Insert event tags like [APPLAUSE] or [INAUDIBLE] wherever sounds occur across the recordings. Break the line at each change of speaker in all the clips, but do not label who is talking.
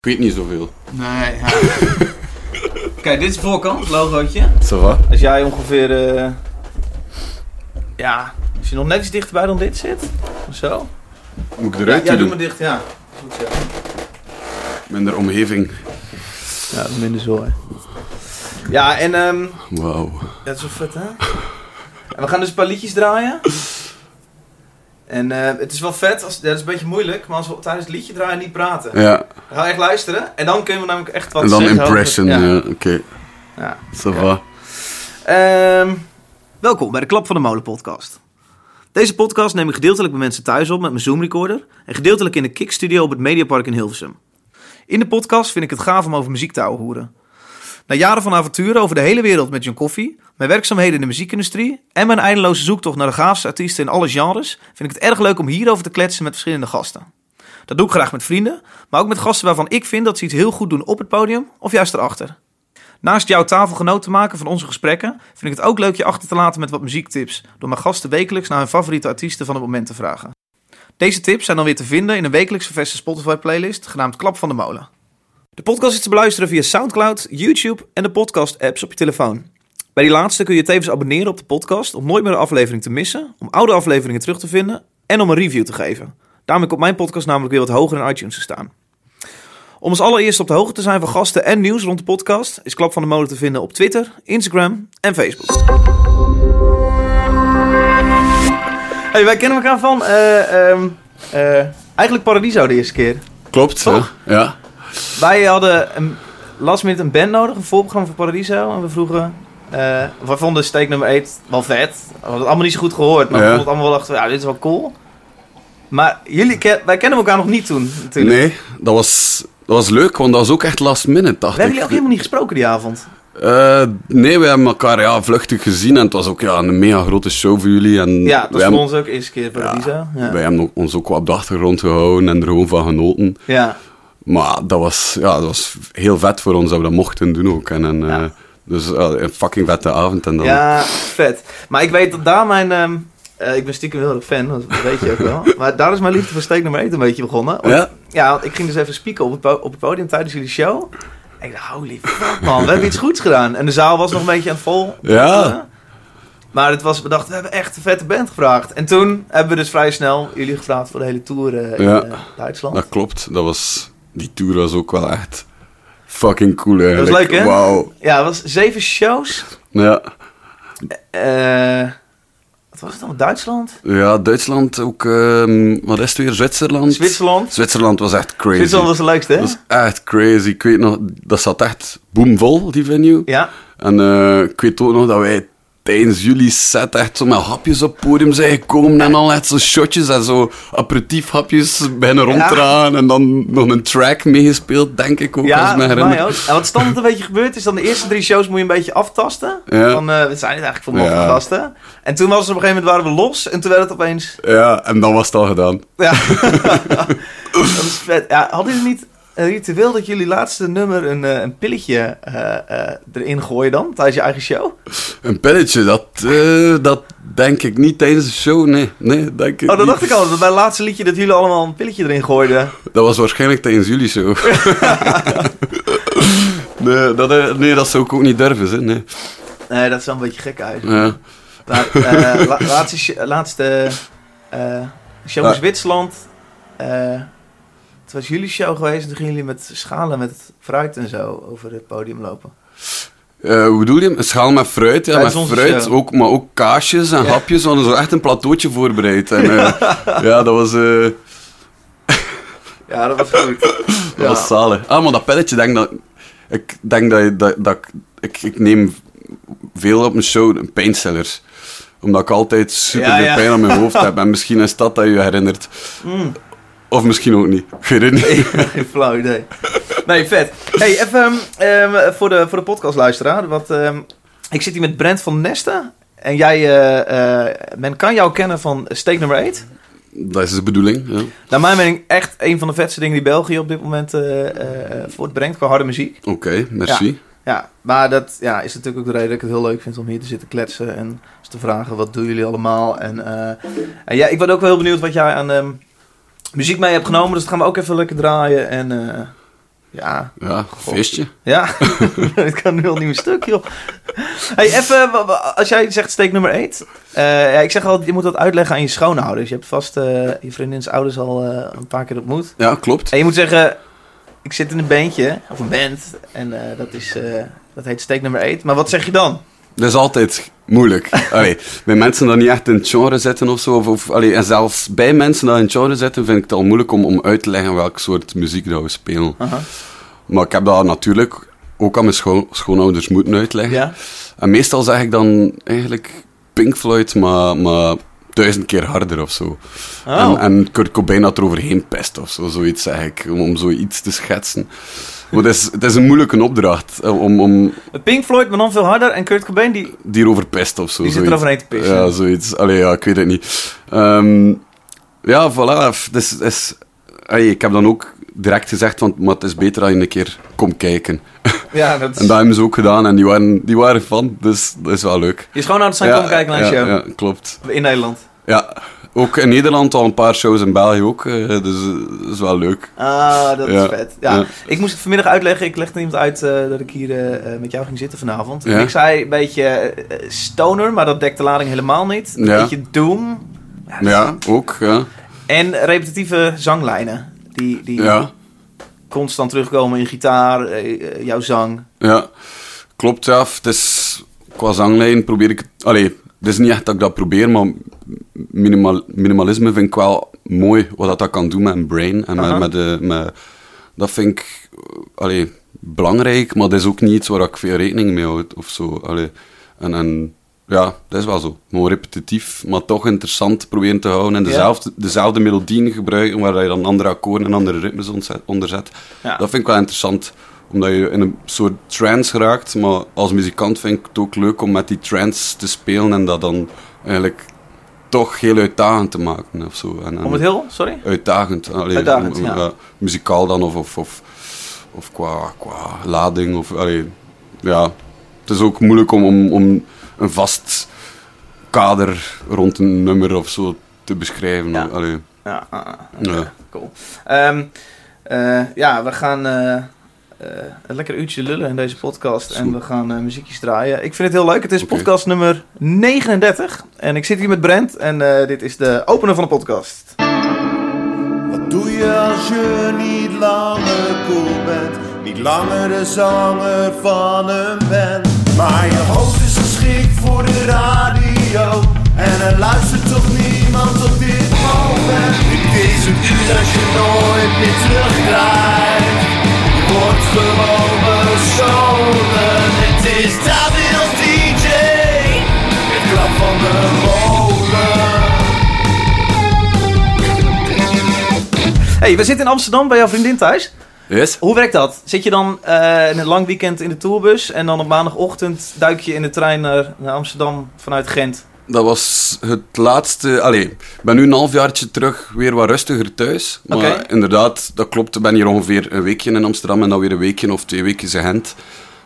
Ik weet niet zoveel.
Nee,
[LAUGHS]
ja. Kijk, dit is de voorkant, logootje.
Zo wat?
Als jij ongeveer. eh, ja, als je nog net iets dichterbij dan dit zit. Of zo.
Moet ik eruit
ja, ja, doe
doen?
maar dicht, ja. Goed zo.
Minder omgeving.
Ja, minder zooi. Ja, en ehm
Wauw.
dat is wel vet, hè? En we gaan dus een paar liedjes draaien. En eh, het is wel vet, als, ja, dat is een beetje moeilijk, maar als we tijdens het liedje draaien niet praten.
Ja,
We gaan echt luisteren en dan kunnen we namelijk echt wat
en dan
zeggen.
impression.
over-
ja, Oké,
ja.
zo wat.
Ehm, welkom bij de Klap van de Molen podcast. Deze podcast neem ik gedeeltelijk bij mensen thuis op met mijn Zoom recorder en gedeeltelijk in de Kick Studio op het Mediapark in Hilversum. In de podcast vind ik het gaaf om over muziek te ouwehoeren. Na jaren van avonturen over de hele wereld met John Koffie, mijn werkzaamheden in de muziekindustrie en mijn eindeloze zoektocht naar de gaafste artiesten in alle genres, vind ik het erg leuk om hierover te kletsen met verschillende gasten. Dat doe ik graag met vrienden, maar ook met gasten waarvan ik vind dat ze iets heel goed doen op het podium of juist erachter. Naast jouw tafelgenoot te maken van onze gesprekken, vind ik het ook leuk je achter te laten met wat muziektips. Door mijn gasten wekelijks naar hun favoriete artiesten van het moment te vragen. Deze tips zijn dan weer te vinden in een wekelijks verveste Spotify-playlist genaamd Klap van de Molen. De podcast is te beluisteren via Soundcloud, YouTube en de podcast-apps op je telefoon. Bij die laatste kun je je tevens abonneren op de podcast om nooit meer een aflevering te missen, om oude afleveringen terug te vinden en om een review te geven. Daarmee komt mijn podcast namelijk weer wat hoger in iTunes te staan. Om als allereerst op de hoogte te zijn van gasten en nieuws rond de podcast, is Klap van de Molen te vinden op Twitter, Instagram en Facebook. Hey, wij kennen elkaar van eh, ehm, eh, eigenlijk Paradiso de eerste keer.
Klopt, hè?
Toch?
Ja.
Wij hadden een, last minute een band nodig, een voorprogramma voor Paradiso. En we vroegen, eh we vonden steek nummer 8 wel vet. We hadden het allemaal niet zo goed gehoord, maar we
Ja.
vonden het allemaal wel achter, ja, dit is wel cool. Maar jullie, ken- wij kennen elkaar nog niet toen natuurlijk.
Nee, dat was, dat was leuk, want dat was ook echt last minute, dacht
We hebben
ik.
jullie ook helemaal niet gesproken die avond.
Eh, nee, we hebben elkaar ja, vluchtig gezien en het was ook ja, een mega grote show voor jullie. En wij
Ja, dat is voor
hebben,
ons ook de eerste keer Paradiso. Ja. Ja.
wij hebben ons ook wat op de achtergrond gehouden en er gewoon van genoten.
Ja.
Maar dat was, ja, dat was heel vet voor ons dat we dat mochten doen ook. En, en, eh,
Ja.
Dus ja, een fucking vette avond. En dan,
vet. Maar ik weet dat daar mijn... ehm, eh, ik ben stiekem heel erg fan, dat weet je ook
[LAUGHS]
wel. Maar daar is mijn liefde voor steek nummer 1 een beetje begonnen. Want-
Ja?
ja, want ik ging dus even spieken op het, po- op het podium tijdens jullie show. En ik dacht, holy fuck man, we hebben iets goeds gedaan. En de zaal was nog een beetje aan het vol.
Ja.
Maar het was bedacht, we hebben echt een vette band gevraagd. En toen hebben we dus vrij snel jullie gevraagd voor de hele tour eh, in
Ja. Nou,
eh, Duitsland.
Dat klopt. Dat was, die tour was ook wel echt fucking cool eigenlijk.
leuk, hè?
Wauw.
Ja, het was zeven shows.
Ja.
Eh, wat was het dan? Duitsland?
ja, Duitsland ook... ehm, wat is het weer? Zwitserland?
Zwitserland.
Zwitserland was echt crazy.
Zwitserland was de leukste, hè?
Dat is echt crazy. Ik weet nog, dat zat echt boomvol, die venue.
Ja.
En eh, ik weet ook nog dat wij tijdens jullie set echt zo met hapjes op het podium zijn gekomen en al echt zo shotjes en zo aperitiefhapjes bijna ronddraaien en dan nog een track meegespeeld, denk ik ook. als
Ja,
ik me
volgens mij
herinner.
ook. En wat standaard een beetje gebeurd is, dan de eerste drie shows moet je een beetje aftasten.
Ja.
Van, eh, wat zijn dit eigenlijk voor
Ja.
moffe gasten? En toen was het op een gegeven moment, waren we los. En toen werd het opeens...
Ja, en dan was het al gedaan. [LAUGHS]
Ja. dat is vet. Ja, hadden jullie niet een ritueel dat jullie laatste nummer een, eh, een pilletje eh, eh, erin gooien dan? Tijdens je eigen show?
Een pilletje, dat, eh, dat denk ik niet tijdens de show, nee. nee denk ik
Oh,
niet.
dat dacht ik al. Dat bij het laatste liedje dat jullie allemaal een pilletje erin gooiden.
Dat was waarschijnlijk tijdens jullie
[LAUGHS]
show. nee, dat, eh, nee, dat zou ik ook niet durven, hè. Nee.
Nee, dat zou een beetje gek uit.
Ja.
La-
[LAUGHS]
eh, la- laatste sh- laatste eh, show in
Ja.
Zwitserland. Eh, het was jullie show geweest en toen gingen jullie met schalen met fruit en zo over het podium lopen.
Eh, hoe bedoel je? Een schaal met fruit, ja, met
Tijdens onze
fruit,
show.
ook, maar ook kaasjes en
Ja.
hapjes. We hadden zo echt een plateautje voorbereid. En,
[LAUGHS]
eh, ja, dat was, eh,
Ja, dat was goed.
dat
[LAUGHS] Ja.
was zalig. Ah, maar dat pelletje, denk dat, ik denk dat, je- dat, dat ik, ik, ik neem veel op mijn show pijnstellers. Omdat ik altijd super
Ja,
veel
ja.
pijn aan
[LAUGHS]
mijn hoofd heb. En misschien is dat dat je herinnert.
Mm, [LAUGHS]
Of misschien ook niet. Ik weet het niet.
geen flauw idee. Nee, vet. Hey, even ehm, ehm, voor, de, voor de podcastluisteraar. Wat, ehm, ik zit hier met Brent van Nesten. En jij, eh, eh, men kan jou kennen van Steak Nummer 8.
Dat is de bedoeling. Ja.
Naar mijn mening echt een van de vetste dingen die België op dit moment eh, eh, eh, voortbrengt qua harde muziek.
Oké, merci.
Ja, maar dat ja, is natuurlijk ook de reden dat ik het heel leuk vind om hier te zitten kletsen en eens te vragen wat doen jullie allemaal. En, eh, en ja, ik ben ook wel heel benieuwd wat jij aan ehm, muziek mee hebt genomen, dus dat gaan we ook even lekker draaien. En eh, Ja,
Ja, feestje.
ja. [LAUGHS] Het kan nu al niet meer stuk, joh. hey, even, wa- wa- als jij zegt steek nummer 1. ja, ik zeg altijd, je moet dat uitleggen aan je schoonouders. Je hebt vast eh, je vriendin's ouders al eh, een paar keer ontmoet.
Ja, klopt.
En je moet zeggen, ik zit in een bandje, of een band, en eh, dat, is, eh, dat heet steek nummer 1. Maar wat zeg je dan?
Dat is altijd moeilijk.
[LAUGHS]
Allee, bij mensen die niet echt in het genre zitten of zo. Of, of, allee, en zelfs bij mensen die in het genre zitten, vind ik het al moeilijk om, om uit te leggen welk soort muziek dat we spelen.
Aha.
Maar ik heb dat natuurlijk ook aan mijn scho- schoonouders moeten uitleggen.
Ja?
En meestal zeg ik dan eigenlijk Pink Floyd, maar, maar duizend keer harder of zo. En,
Oh.
en Kurt Cobain had eroverheen pest of zo, zoiets zeg ik, om, om zoiets te schetsen. Maar het is, het is een moeilijke opdracht eh, om, om
Pink Floyd, maar dan veel harder. En Kurt Cobain, die...
die erover pest of zo.
Die zit
zoiets.
eroverheen te pissen.
Ja, zoiets. Allee, ja, ik weet het niet. Ehm, ja, voilà. f- Dus, is, allee, ik heb dan ook direct gezegd, want, maar het is beter dat je een keer komt kijken.
Ja, dat
En dat hebben ze ook gedaan en die waren, die waren fan, dus dat is wel leuk.
Je schoonouders zijn
Ja,
komen kijken naar een
ja,
show.
Ja, klopt.
In Nederland.
Ja, ook in Nederland al een paar shows, in België ook. eh, Dus eh, dat is wel leuk.
Ah, dat
Ja,
is vet. Ja.
ja.
Ik moest het vanmiddag uitleggen. Ik legde iemand uit eh, dat ik hier eh, eh, met jou ging zitten vanavond. En
Ja.
ik zei een beetje eh, stoner, maar dat dekt de lading helemaal niet. Een
Ja.
beetje doom. Ja, dat is-
Ja, ook. Ja.
En repetitieve zanglijnen. Die, die
Ja,
constant terugkomen in gitaar, eh, eh, jouw zang.
ja. Klopt, ja. f- Het is, qua zanglijn probeer ik... het- Allee, het is niet echt dat ik dat probeer, maar minimal, minimalisme vind ik wel mooi. Wat dat, dat kan doen met een brain. En
Aha.
met, met, de- met- dat vind ik eh, allee, belangrijk, maar dat is ook niet iets waar ik veel rekening mee houd of zo. Allee. En, en ja, dat is wel zo. Gewoon repetitief, maar toch interessant proberen te houden. En
Ja.
dezelfde, dezelfde melodieën gebruiken, waar je dan andere akkoorden en andere ritmes ontzet- onder zet.
Ja.
Dat vind ik wel interessant, omdat je in een soort trance geraakt. Maar als muzikant vind ik het ook leuk om met die trance te spelen en dat dan eigenlijk toch heel uitdagend te maken of zo. En, en-
Om het heel, sorry?
uitdagend. Allee,
Uitdagend,
om- om-
ja.
ja, muzikaal dan of, of, of, of qua, qua lading. Of, allee, ja. Het is ook moeilijk om, om, om een vast kader rond een nummer of zo te beschrijven.
Ja.
Allee,
Ja, ah, ah,
Ja.
oké, cool. Ehm, eh, ja, we gaan eh, eh, een lekker uurtje lullen in deze podcast.
Is
En
goed.
we gaan eh, muziekjes draaien. Ik vind het heel leuk. Het is
Oké.
podcast nummer 39. En ik zit hier met Brent. En eh, dit is de opener van de podcast.
Wat doe je als je niet langer cool bent? Niet langer de zanger van een band. Maar je hoofd is geschikt voor de radio. En er luistert toch niemand op dit moment? Dit is een uur dat je nooit meer terugdraait. Wordt gewoon bestolen. Het is David als DJ. Het klap van de molen.
hey, we zitten in Amsterdam bij jouw vriendin thuis.
Yes?
Hoe werkt dat? Zit je dan eh, in het lang weekend in de tourbus en dan op maandagochtend duik je in de trein naar, naar Amsterdam vanuit Gent?
Dat was het laatste. Allee, ik ben nu een halfjaartje terug weer wat rustiger thuis. Maar
Oké.
inderdaad, dat klopt. Ik ben hier ongeveer een weekje in Amsterdam en dan weer een weekje of twee weken in Gent.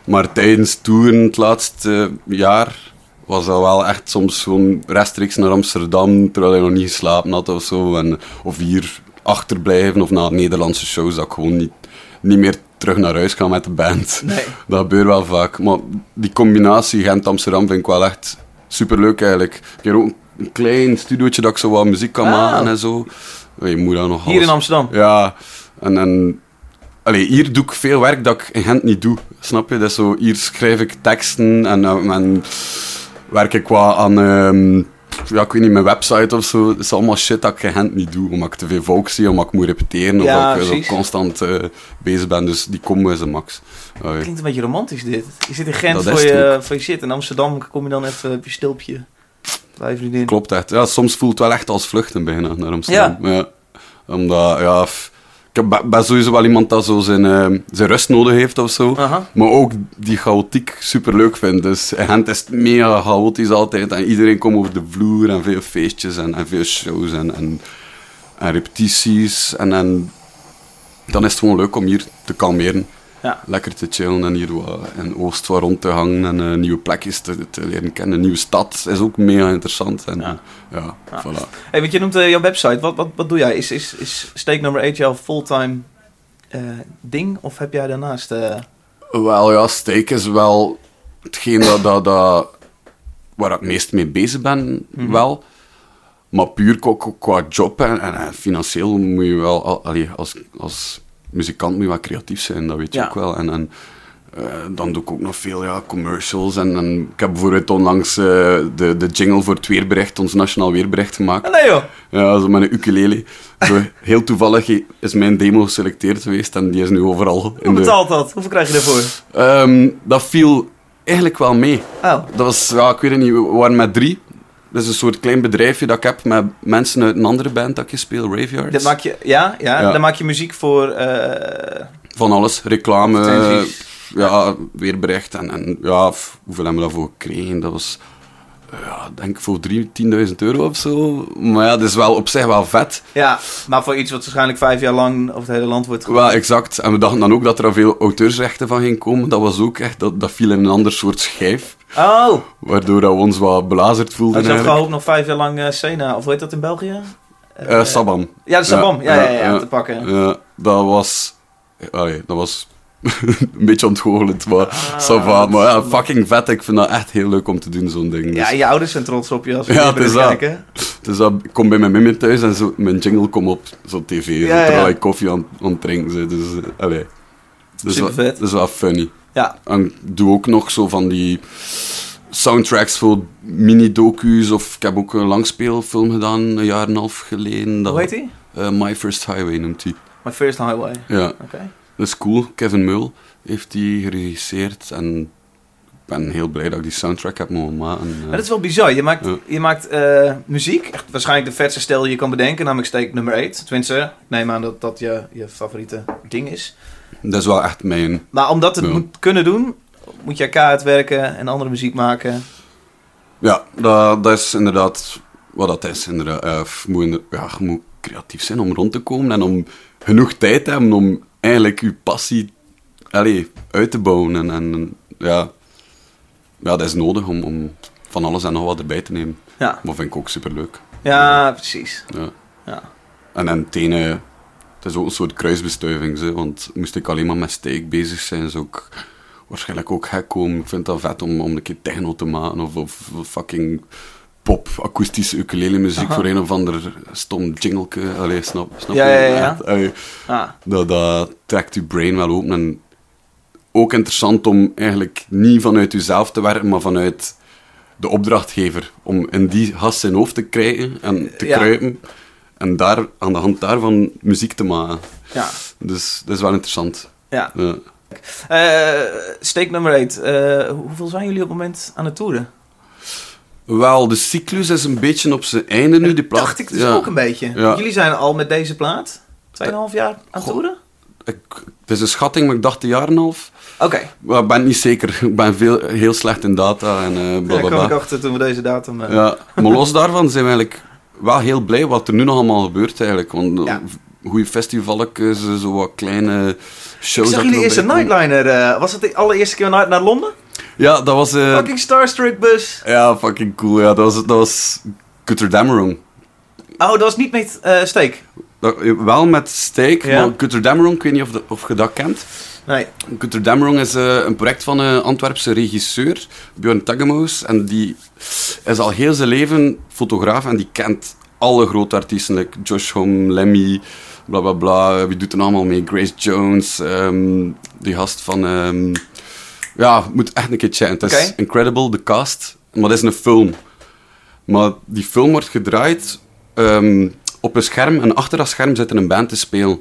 Maar tijdens toeren het laatste jaar was dat wel echt soms gewoon rechtstreeks naar Amsterdam, terwijl hij nog niet geslapen had of zo. En, of hier achterblijven of na Nederlandse shows, dat ik gewoon niet, niet meer terug naar huis ga met de band.
Nee.
[LAUGHS] Dat gebeurt wel vaak. Maar die combinatie Gent-Amsterdam vind ik wel echt superleuk eigenlijk. Ik heb ook een klein studiootje dat ik zo wat muziek kan
Ah.
maken en zo. Je moet dat nog
Hier
alles-
in Amsterdam.
Ja, en, en allee, hier doe ik veel werk dat ik in Gent niet doe. Snap je? Dat is zo, hier schrijf ik teksten en, eh, en werk ik wat aan, ehm, ja, ik weet niet, mijn website of zo. Dat is allemaal shit dat ik in Gent niet doe. Omdat ik te veel volk zie, omdat ik moet repeteren, of
Ja,
dat ik eh, zo
precies.
constant eh, bezig ben. Dus die combo is een max. Allee.
Klinkt een beetje romantisch dit. Je zit in Gent
Dat is
voor
het
je, voor je shit. In Amsterdam kom je dan even op je stilpje bij je vriendin.
Klopt echt. Ja, soms voelt het wel echt als vluchten bijna naar Amsterdam. Ja. Omdat, ja... f- Ik heb- ben sowieso wel iemand dat zo zijn, eh, zijn rust nodig heeft of zo.
Aha.
Maar ook die chaotiek superleuk vindt. Dus in Gent is het mega chaotisch altijd. En iedereen komt over de vloer en veel feestjes en, en veel shows en, en, en repetities. En, en dan is het gewoon leuk om hier te kalmeren.
Ja.
Lekker te chillen en hier wat in Oost wat rond te hangen en eh, nieuwe plekjes te, te leren kennen. Een nieuwe stad is ook mega interessant. En,
Ja.
ja. Ja,
Ja.
voilà.
Hey, want je noemt eh, jouw website. Wat, wat, wat doe jij? Is, is, is steek nummer 8 jouw fulltime eh, ding? Of heb jij daarnaast... eh,
Wel ja, steak is wel hetgeen dat, dat, dat, waar ik het meest mee bezig ben, wel. Maar puur qua, qua- qua job en, en, eh, financieel moet je wel... al- allee, als, als muzikant moet je wel creatief zijn, dat weet je
Ja.
ook wel. En, en eh, dan doe ik ook nog veel ja, commercials. En, en ik heb bijvoorbeeld onlangs eh, de, de jingle voor het weerbericht, ons nationaal weerbericht, gemaakt.
Ah, nee joh!
Ja, zo met een ukulele. Zo, heel toevallig is mijn demo geselecteerd geweest en die is nu overal in
Hoe
de...
betaalt dat? Hoeveel krijg je daarvoor?
Ehm, dat viel eigenlijk wel mee.
Oh,
Dat was, ja, ik weet het niet, we waren met drie. Dat is een soort klein bedrijfje dat ik heb met mensen uit een andere band dat ik speel, Raveyards.
dat maak je, ja, ja,
Ja.
Dan maak je muziek voor... eh,
Van alles, reclame,
Advertenties.
eh, ja, weerbericht en, en ja, f- hoeveel hebben we daarvoor gekregen? Dat was, eh, ja, denk ik voor drie- 10.000 euro of zo. Maar ja, dat is wel op zich wel vet.
ja, maar voor iets wat waarschijnlijk vijf jaar lang over het hele land wordt
Wel, exact. En we dachten dan ook dat er al veel auteursrechten van gingen komen. Dat was ook echt, dat, dat viel in een ander soort schijf.
Oh,
Waardoor dat we ons wat belazerd voelden.
dat is
eigenlijk.
gehoopt nog vijf jaar lang eh Sena, of hoe heet dat in België? Eh,
Eh, Saban.
Ja, de Sabam, ja, ja, ja,
ja.
te pakken.
Ja, dat was. Allee, dat was [LAUGHS] een beetje ontgoochelend, maar.
Ah,
ça va. Maar ja, fucking vet. Ik vind dat echt heel leuk om te doen, zo'n ding. Dus,
Ja, je ouders zijn trots op je als we
Ja,
ja,
het is dat. dus dat, ik kom bij mijn mimi thuis en zo, mijn jingle komt op zo'n tv. zo,
ja.
terwijl ik koffie aan, aan het drinken ben. Dus, eh, allee. Dus Dat is, wel,
Supervet.
dat is wel funny.
Ja,
En ik doe ook nog zo van die soundtracks voor mini-docu's. Of ik heb ook een langspeelfilm gedaan, een jaar en een half geleden. Dat,
hoe heet die?
eh, My First Highway noemt hij.
My First Highway. Oké.
Ja. Dat is cool. Kevin Mul heeft die geregisseerd en ik ben heel blij dat ik die soundtrack heb mogen maken. Eh,
Maar dat is wel bizar. Je maakt,
Ja.
je maakt eh, muziek, echt waarschijnlijk de vetste stijl die je kan bedenken, namelijk steek nummer 8. Tenminste, ik neem aan dat dat je, je favoriete ding is.
dat is wel echt mijn...
Maar om dat te
Ja.
moet kunnen doen, moet je kaart werken en andere muziek maken.
Ja, dat, dat is inderdaad wat dat is. Inderdaad. Eh, f- moet inder- ja, je moet creatief zijn om rond te komen en om genoeg tijd te hebben om eigenlijk je passie allee, uit te bouwen. En, en ja, ja, dat is nodig om, om van alles en nog wat erbij te nemen.
Ja,
Dat vind ik ook superleuk.
ja precies.
Ja.
Ja.
En dan tenen, het is ook een soort kruisbestuiving, ze, want moest ik alleen maar met steak bezig zijn, zou ik waarschijnlijk ook gek komen. Ik vind dat vet om, om een keer techno te maken of, of fucking pop, akoestische ukulele muziek
Aha.
voor een of ander stom jingleke. Allee, snap, snap
Ja,
je?
ja, ja, ja.
Allee,
Ah,
dat, dat trekt je brain wel open en ook interessant om eigenlijk niet vanuit jezelf te werken, maar vanuit de opdrachtgever. Om in die gast zijn hoofd te krijgen en te
Ja.
kruipen en daar, aan de hand daarvan muziek te maken.
ja,
Dus dat is wel interessant.
ja.
Ja.
Eh, steek nummer 8. hoeveel zijn jullie op het moment aan het toeren?
Wel, de cyclus is een beetje op zijn einde nu. Die plaat,
Dacht ik dus
ja.
ook een beetje.
Ja.
Jullie zijn al met deze plaat 2,5 jaar aan het
Goh.
toeren?
Ik- Het is een schatting, maar ik dacht een jaar en een half.
Oké,
Maar ik ben het niet zeker. Ik ben veel, heel slecht in data en eh
daar
blablabla.
kwam ik achter toen we deze datum... eh,
Ja, maar los daarvan zijn we eigenlijk wel heel blij wat er nu nog allemaal gebeurt eigenlijk. Want
Ja.
goede festivalletjes, eh, zo wat kleine shows.
Ik
dat
zag
er
jullie
wel
eerste
bij komen.
Nightliner. eh, was het de allereerste keer naar, naar Londen?
Ja, dat was... eh,
Fucking Starstruck bus.
Ja, fucking cool. Ja, dat was, dat was Cutter Dameron.
Oh, dat was niet met eh, Steak.
Dat- eh, Wel met Steak,
Ja.
maar Cutter Dameron, ik weet niet of, dat- of je dat kent.
Nee.
Cutter Dameron is eh, een project van een Antwerpse regisseur, Björn Taggemoos. En die is al heel zijn leven fotograaf en die kent alle grote artiesten. Like Josh Homme, Lemmy, bla bla bla. Eh, Wie doet er allemaal mee? Grace Jones, ehm, die gast van... ehm, ja, moet echt een keer checken. Het is
Oké.
incredible, de cast. Maar dat is een film. Maar die film wordt gedraaid ehm, op een scherm en achter dat scherm zit er een band te spelen.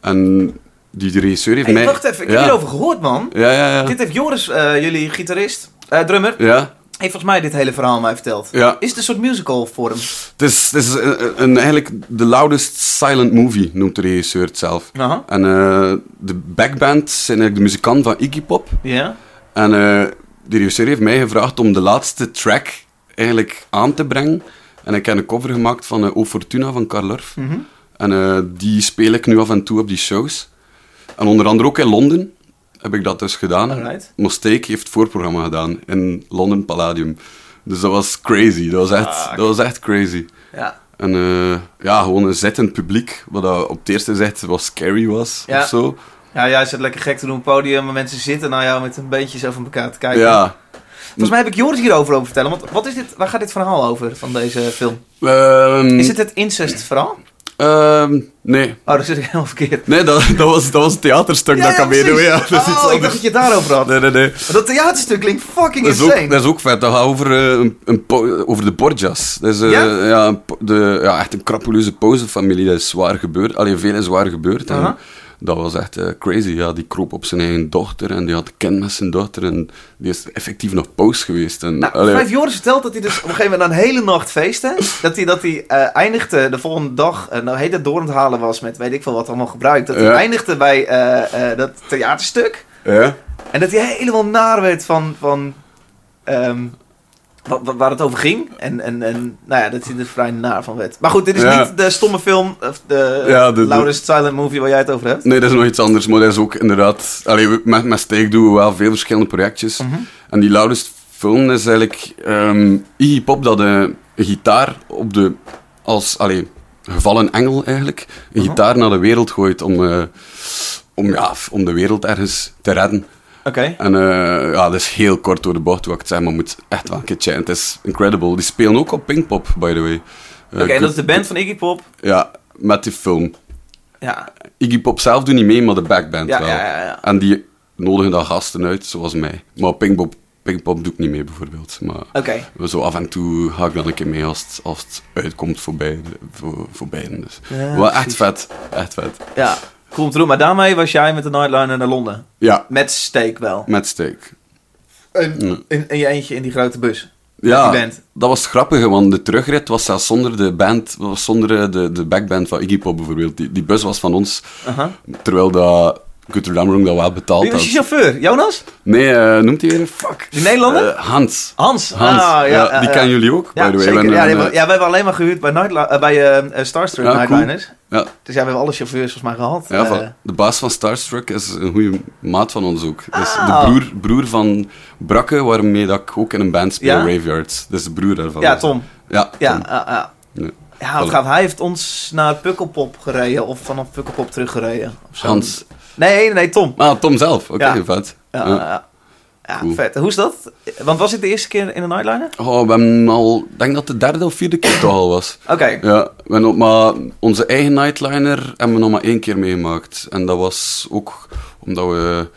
En die regisseur heeft
Hey,
mij...
Wacht even, ik heb
Ja.
hierover gehoord, man.
Ja, ja, ja.
Dit heeft Joris, eh, jullie gitarist, eh, drummer,
Ja,
heeft volgens mij dit hele verhaal mij verteld.
ja.
Is het een soort musical vorm?
Het is, het is eh, een, een- eigenlijk de loudest silent movie, noemt de regisseur het zelf.
Aha.
En eh, de backband zijn eigenlijk de muzikanten van Iggy Pop.
Ja.
En eh de regisseur heeft mij gevraagd om de laatste track eigenlijk aan te brengen. En ik heb een cover gemaakt van eh O Fortuna van Karl Urf.
Mhm.
En eh, die speel ik nu af en toe op die shows. En onder andere ook in Londen heb ik dat dus gedaan.
Alright.
Mostake heeft het voorprogramma gedaan in London Palladium. Dus dat was crazy. Dat was echt,
Fuck.
dat was echt crazy.
ja.
En eh, ja, gewoon een zittend publiek, wat dat op het eerste zicht wel scary was
Ja.
of zo.
Ja, jij zit lekker gek te doen op het podium, maar mensen zitten naar jou met een beetje zo van elkaar te kijken.
ja.
Volgens mij heb ik Joris hierover over vertellen, want wat is dit, waar gaat dit verhaal over van deze film?
Ehm,
Is het het incest verhaal?
ehm, nee.
Oh, dat zit [LAUGHS] ik helemaal verkeerd.
Nee, dat, dat, was, dat was het theaterstuk dat ik aan
precies.
meedoen. Ja, dat is iets
oh, ik dacht
anders.
dat je het daarover had.
Nee, nee, nee.
Maar Dat theaterstuk klinkt fucking
Dat is,
insane.
ook, dat is ook vet. Dat gaat over, eh, een, een po- over de Borgias. Dat is eh,
Ja?
ja? een po- de, ja, echt een krapuleuze pauzenfamilie. Dat is zwaar gebeurd. Allee, veel is zwaar gebeurd. En
Aha.
Dat was echt eh, crazy. Ja, die kroop op zijn eigen dochter en die had kind met zijn dochter. En die is effectief nog paus geweest. En,
Nou,
allee,
volgens mij heeft Joris verteld dat hij dus op een gegeven moment een hele nacht feestte. Dat hij, dat hij eh, eindigde de volgende dag, eh, nou heet dat door aan het halen was met weet ik veel wat allemaal gebruikt. Dat hij
Ja.
eindigde bij eh, eh, dat theaterstuk.
ja.
En dat hij helemaal naar werd van, van ehm, wa- wa- waar het over ging. En, en, en nou ja, dat hij er vrij naar van werd. Maar goed, dit is
Ja.
niet de stomme film, of de
Ja, de- de-
loudest silent movie waar jij het over hebt.
Nee, dat is nog iets anders, maar dat is ook inderdaad... Allee, we- met, met Steek doen we wel veel verschillende projectjes.
Mhm.
En die loudest film is eigenlijk ehm Iggy Pop dat eh, een gitaar op de... Als, allee, gevallen engel eigenlijk. Een
Mhm.
gitaar naar de wereld gooit om, eh, om, ja, f- om de wereld ergens te redden.
Oké.
En eh, ja, dat is heel kort door de bocht wat ik het zeg, maar moet echt wel een keer checken. Het is incredible. Die spelen ook op Pinkpop, by the way. Eh,
Oké, en
ik-
dat is de band van Iggy Pop.
Ja, met die film.
Ja,
Iggy Pop zelf doet niet mee, maar de backband
Ja,
wel.
ja, ja, ja.
En die nodigen dan gasten uit, zoals mij. Maar Pinkpop, Pinkpop doe ik niet mee, bijvoorbeeld. Maar
Oké.
we zo af en toe ga ik dan een keer mee als het, als het uitkomt voor, beide, voor, voor beiden. Dus.
Ja,
wel echt
precies.
vet, echt vet.
ja. Cool om te doen. Maar daarmee was jij met de Nightliner naar Londen.
Ja,
Met steek wel.
met steek.
In, in, in je eentje in die grote bus.
Ja,
die band.
dat was grappig, want de terugrit was zelfs zonder de band, was zonder eh, de, de backband van Iggy Pop bijvoorbeeld. Die, die bus was van ons,
Aha.
terwijl dat Gutter Dammerung dat wel betaald
Wie was je
had.
chauffeur? Jonas?
Nee, eh, noemt hij weer? Fuck.
Die Nederlander?
Eh, Hans.
Hans.
Hans,
Ah,
ja, die
ja,
kennen
ja.
jullie ook,
Ja,
by the way. We
zeker.
hebben
ja, die
een,
hebben-
eh,
ja, we hebben alleen maar gehuurd bij, Nightli- eh, bij eh, Starstruck
Ja, cool.
Nightliners.
ja,
Dus ja, we hebben alle chauffeurs volgens mij gehad.
ja,
Eh,
van- de baas van Starstruck is een goede maat van ons ook. Dus
Ah.
de broer, broer van Brakke, waarmee dat ik ook in een band speel,
Ja?
Raveyards. Dat is de broer daarvan.
ja, Tom.
Ja,
Ja,
Tom.
ah, ah.
Ja.
ja wat
Voilà.
gaaf. Hij heeft ons naar Pukkelpop gereden. Of vanaf Pukkelpop teruggereden. Of zo.
Hans.
Nee, nee, nee, Tom.
Ah, Tom zelf. Oké,
Ja.
vet.
Ja,
Ja.
ja. Ja,
Cool.
vet. Hoe is dat? Want was dit de eerste keer in een Nightliner?
Oh, we hebben al... Ik denk dat de derde of vierde keer toch al was.
Oké.
Ja, we hebben ook maar onze eigen nightliner hebben we nog maar één keer meegemaakt. En dat was ook omdat we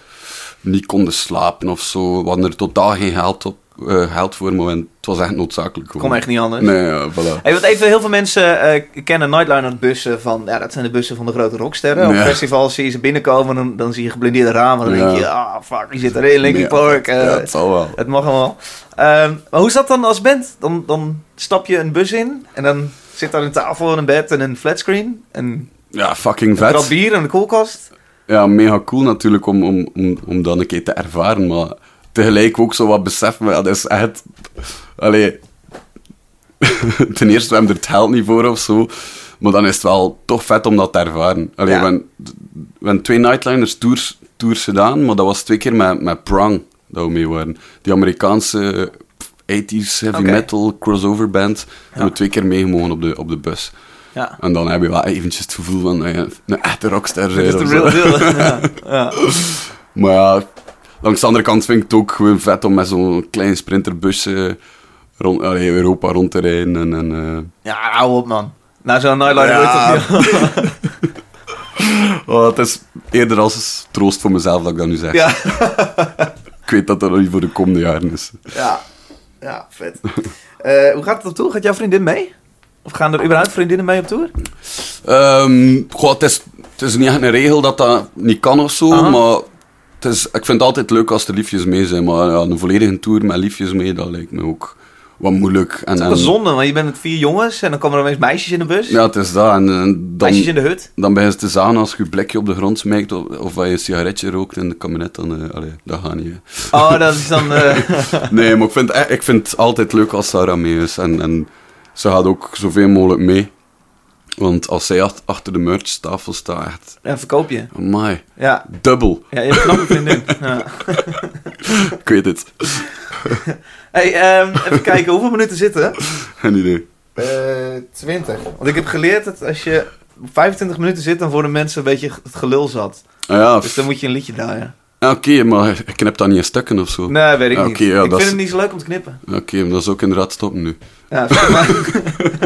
niet konden slapen of zo. We hadden er totaal geen geld, op, eh, geld voor, maar het was echt noodzakelijk. gewoon.
Kon echt niet anders.
Nee, ja, voilà.
Hey, want even, heel veel mensen eh, kennen Nightliner bussen van... Ja, dat zijn de bussen van de grote rocksterren. Op
Ja.
festivals zie je ze binnenkomen en dan, dan zie je geblindeerde ramen. Dan
Ja.
denk je, ah, fuck, die zit erin, Linkin
Ja,
Park. eh,
ja, het zal wel.
het mag allemaal. Ehm, maar hoe is dat dan als band? Dan, dan stap je een bus in en dan zit daar een tafel en een bed en een flatscreen. En
Ja, fucking
een krat
vet.
bier en een koelkast.
Ja, mega cool natuurlijk om, om, om, om dat een keer te ervaren, maar tegelijk ook zo wat beseffen, ja, dat is echt... Allee... [LAUGHS] Ten eerste, we hebben er het geld niet voor of zo, maar dan is het wel toch vet om dat te ervaren. Allee,
Ja.
we, hebben, we hebben twee Nightliners tours, tours gedaan, maar dat was twee keer met, met Prong dat we mee waren. Die Amerikaanse eh, 80s heavy
Oké.
metal crossover band hebben we twee keer meegemogen op de, op de bus.
Ja.
En dan heb je wel eventjes het gevoel van dat je een echte rockster
Dat
bent.
is
of
de
zo.
real
[LAUGHS]
deal. ja, ja.
Maar ja, langs de andere kant vind ik het ook gewoon vet om met zo'n klein sprinterbus eh, rond, allee, Europa rond te rijden. En, en, eh,
ja, hou op man. Nou, zo'n Nightliner
Ja.
wordt toch niet-
oh, het is eerder als troost voor mezelf dat ik dat nu zeg.
Ja.
Ik weet dat dat nog niet voor de komende jaren is.
Ja, ja vet. Eh, hoe gaat het op tour? Gaat jouw vriendin mee? Of gaan er überhaupt vriendinnen mee op tour?
Ehm, goh, het, is, het is niet echt een regel dat dat niet kan of zo,
Aha.
maar het is, ik vind het altijd leuk als er liefjes mee zijn. Maar ja, een volledige tour met liefjes mee, dat lijkt me ook wat moeilijk. En,
Dat
en-
is zonde, want je bent met vier jongens en dan komen er opeens meisjes in de bus.
ja, het is dat. En, en dan,
meisjes in de hut.
Dan ben je te zagen als je je blikje op de grond smijt of, of als je een sigaretje rookt in de kabinet, dan eh, allee, dat gaat niet.
[LAUGHS]
hè.
Oh, dat is
[LAUGHS]
dan... eh,
Nee, maar ik vind, eh, ik vind het altijd leuk als Sarah mee is en, en ze gaat ook zoveel mogelijk mee. Want als zij ach- achter de merchtafel staat, echt,
ja, verkoop je.
amai,
Ja.
dubbel,
Ja, je hebt een knappe vriendin. Ja.
ik weet het. [LAUGHS]
Hey, ehm, even kijken, hoeveel minuten zitten?
Geen idee.
eh 20. Want ik heb geleerd dat als je 25 minuten zit, dan worden mensen een beetje het gelul zat.
Ah, ja,
Dus
f-
dan moet je een liedje draaien.
ja, oké, maar je knipt dat niet in stukken of zo.
Nee, weet ik
Ja,
niet.
oké, ja,
ik
dat
vind
is-
het niet zo leuk om te knippen.
Oké, maar dat is ook inderdaad stoppen nu.
Ja, vind ik maar. [LAUGHS]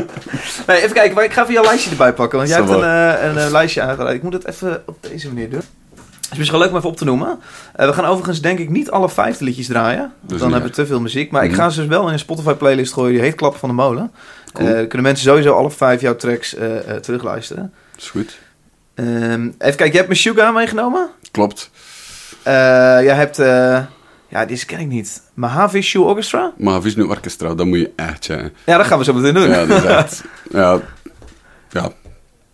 nee, even kijken, maar ik ga even jouw lijstje erbij pakken. Want jij
Zo
hebt een, eh, een eh, lijstje aangeraden. Ik moet het even op deze manier doen. Het is misschien leuk om even op te noemen. Eh, we gaan overigens denk ik niet alle vijfde liedjes draaien. want
Dus
dan
niet
hebben we te veel muziek. Maar ik
Mhm.
ga ze dus wel in een Spotify playlist gooien. Die heet Klappen van de Molen.
Cool.
Eh, dan kunnen mensen sowieso alle vijf jouw tracks eh, eh, terugluisteren.
Is goed.
Ehm, even kijken, je hebt mijn Sugar meegenomen.
Klopt.
Eh, jij hebt... eh, ja, deze ken ik niet. Mojave Shoe Orchestra?
Maar Vishnu Orchestra, dat moet je echt checken.
Ja, dat gaan we zo meteen doen.
Ja,
Ja,
dat is
[LAUGHS]
echt... Ja,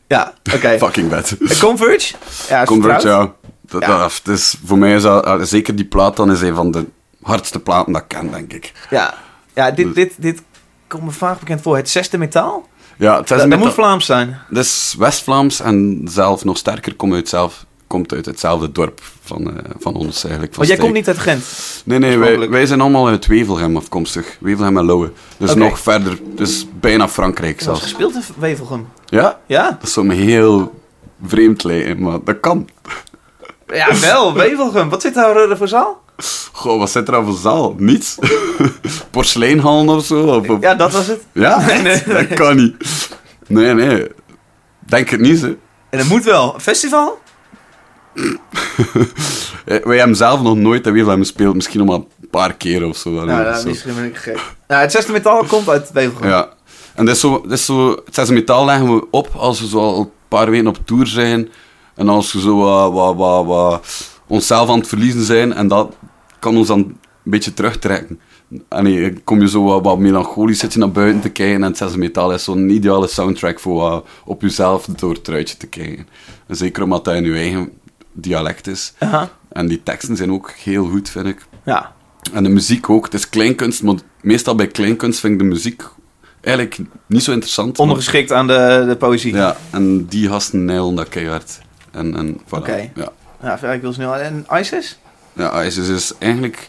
ja
oké.
fucking bad.
Eh, Converge? Ja, is
Convert,
vertrouwd.
ja. Dat,
Ja.
dat- het is, voor mij is dat, eh, zeker die plaat dan is een van de hardste platen dat ik ken, denk ik.
Ja, ja dit, dit, dit komt me vaag bekend voor. Het zesde metaal?
Ja, het is
Dat,
een
dat
meta-
moet Vlaams zijn.
Het is West-Vlaams en zelf nog sterker komt uit, zelf, komt uit hetzelfde dorp van, eh, van ons eigenlijk. Van
Want jij
Steek.
komt niet uit Gent.
Nee, nee, wij,
oorspronkelijk.
wij zijn allemaal uit Wevelgem afkomstig. Wevelgem en Lauwe. Dus
Oké.
nog verder, dus bijna Frankrijk
Ik was
zelfs.
gespeeld in Wevelgem.
Ja?
Ja?
Dat zou me heel vreemd lijken, maar dat kan.
Ja, [LAUGHS] wel. Wevelgem. Wat zit daar eh, voor zaal?
Goh, wat zit er aan voor zaal? Niets? [LAUGHS] Porseleinhallen of zo? Of, of-
Ja, dat was het.
Ja,
[LAUGHS] Nee, nee,
echt?
nee.
dat kan niet. Nee, nee. Denk het niet, hè.
En het moet wel. Een festival?
Eh, Wij hebben zelf nog nooit in Wevelgem gespeeld. Misschien nog maar een paar keer of zo.
Nou,
Zo.
dat misschien ben ik gek. Nou, het zesde metaal komt uit Wevelgem.
Ja. En dat is zo, dat is zo, het zesde metaal leggen we op als we zo al een paar weken op tour zijn. En als we zo wat, wat, wat, wat onszelf aan het verliezen zijn. En dat kan ons dan een beetje terugtrekken. En nee, dan kom je zo wat, wat melancholisch zit je naar buiten te kijken. En het zesde metaal is zo'n ideale soundtrack voor wat op jezelf door het truitje te kijken. En zeker omdat dat in je eigen dialect is.
Aha.
En die teksten zijn ook heel goed, vind ik.
Ja.
En de muziek ook. Het is kleinkunst, maar meestal bij kleinkunst vind ik de muziek eigenlijk niet zo interessant. maar-
Ondergeschikt aan de, de poëzie.
Ja, en die gasten nijlen dat keihard. En, en voilà.
Oké.
Ja.
Ja, ik wil snel. En ISIS?
ja, Isis is eigenlijk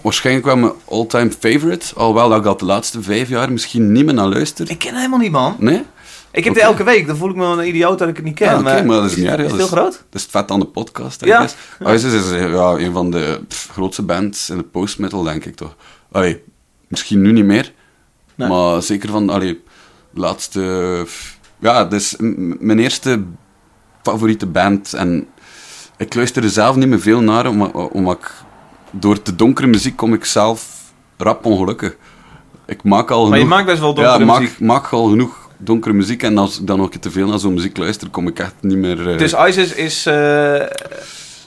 waarschijnlijk wel mijn all-time favorite. Alhoewel dat ik dat de laatste vijf jaar misschien niet meer naar luister.
Ik ken helemaal niet, man.
Nee?
Ik
Oké.
heb die elke week. Dan voel ik me wel een idioot dat ik het niet ken.
Ja, oké, maar dat is niet erg, dat
Is het heel
is-
groot?
Dat is het vet aan de podcast, I
Ja.
guess. Isis is eh, ja, een van de pff, grootste bands in de post-metal, denk ik toch. Allee, misschien nu niet meer,
Nee.
maar zeker van allee, laatste. f- Ja, dus m- m- mijn eerste favoriete band. En ik luisterde zelf niet meer veel naar, omdat, omdat ik door de donkere muziek kom ik zelf rap ongelukkig. Ik maak al
Maar je
genoeg-
maakt best wel
ja,
donkere
maak,
muziek.
maak al genoeg donkere muziek. En als ik dan ook te veel naar zo'n muziek luister, kom ik echt niet meer... eh,
Dus ISIS is... eh,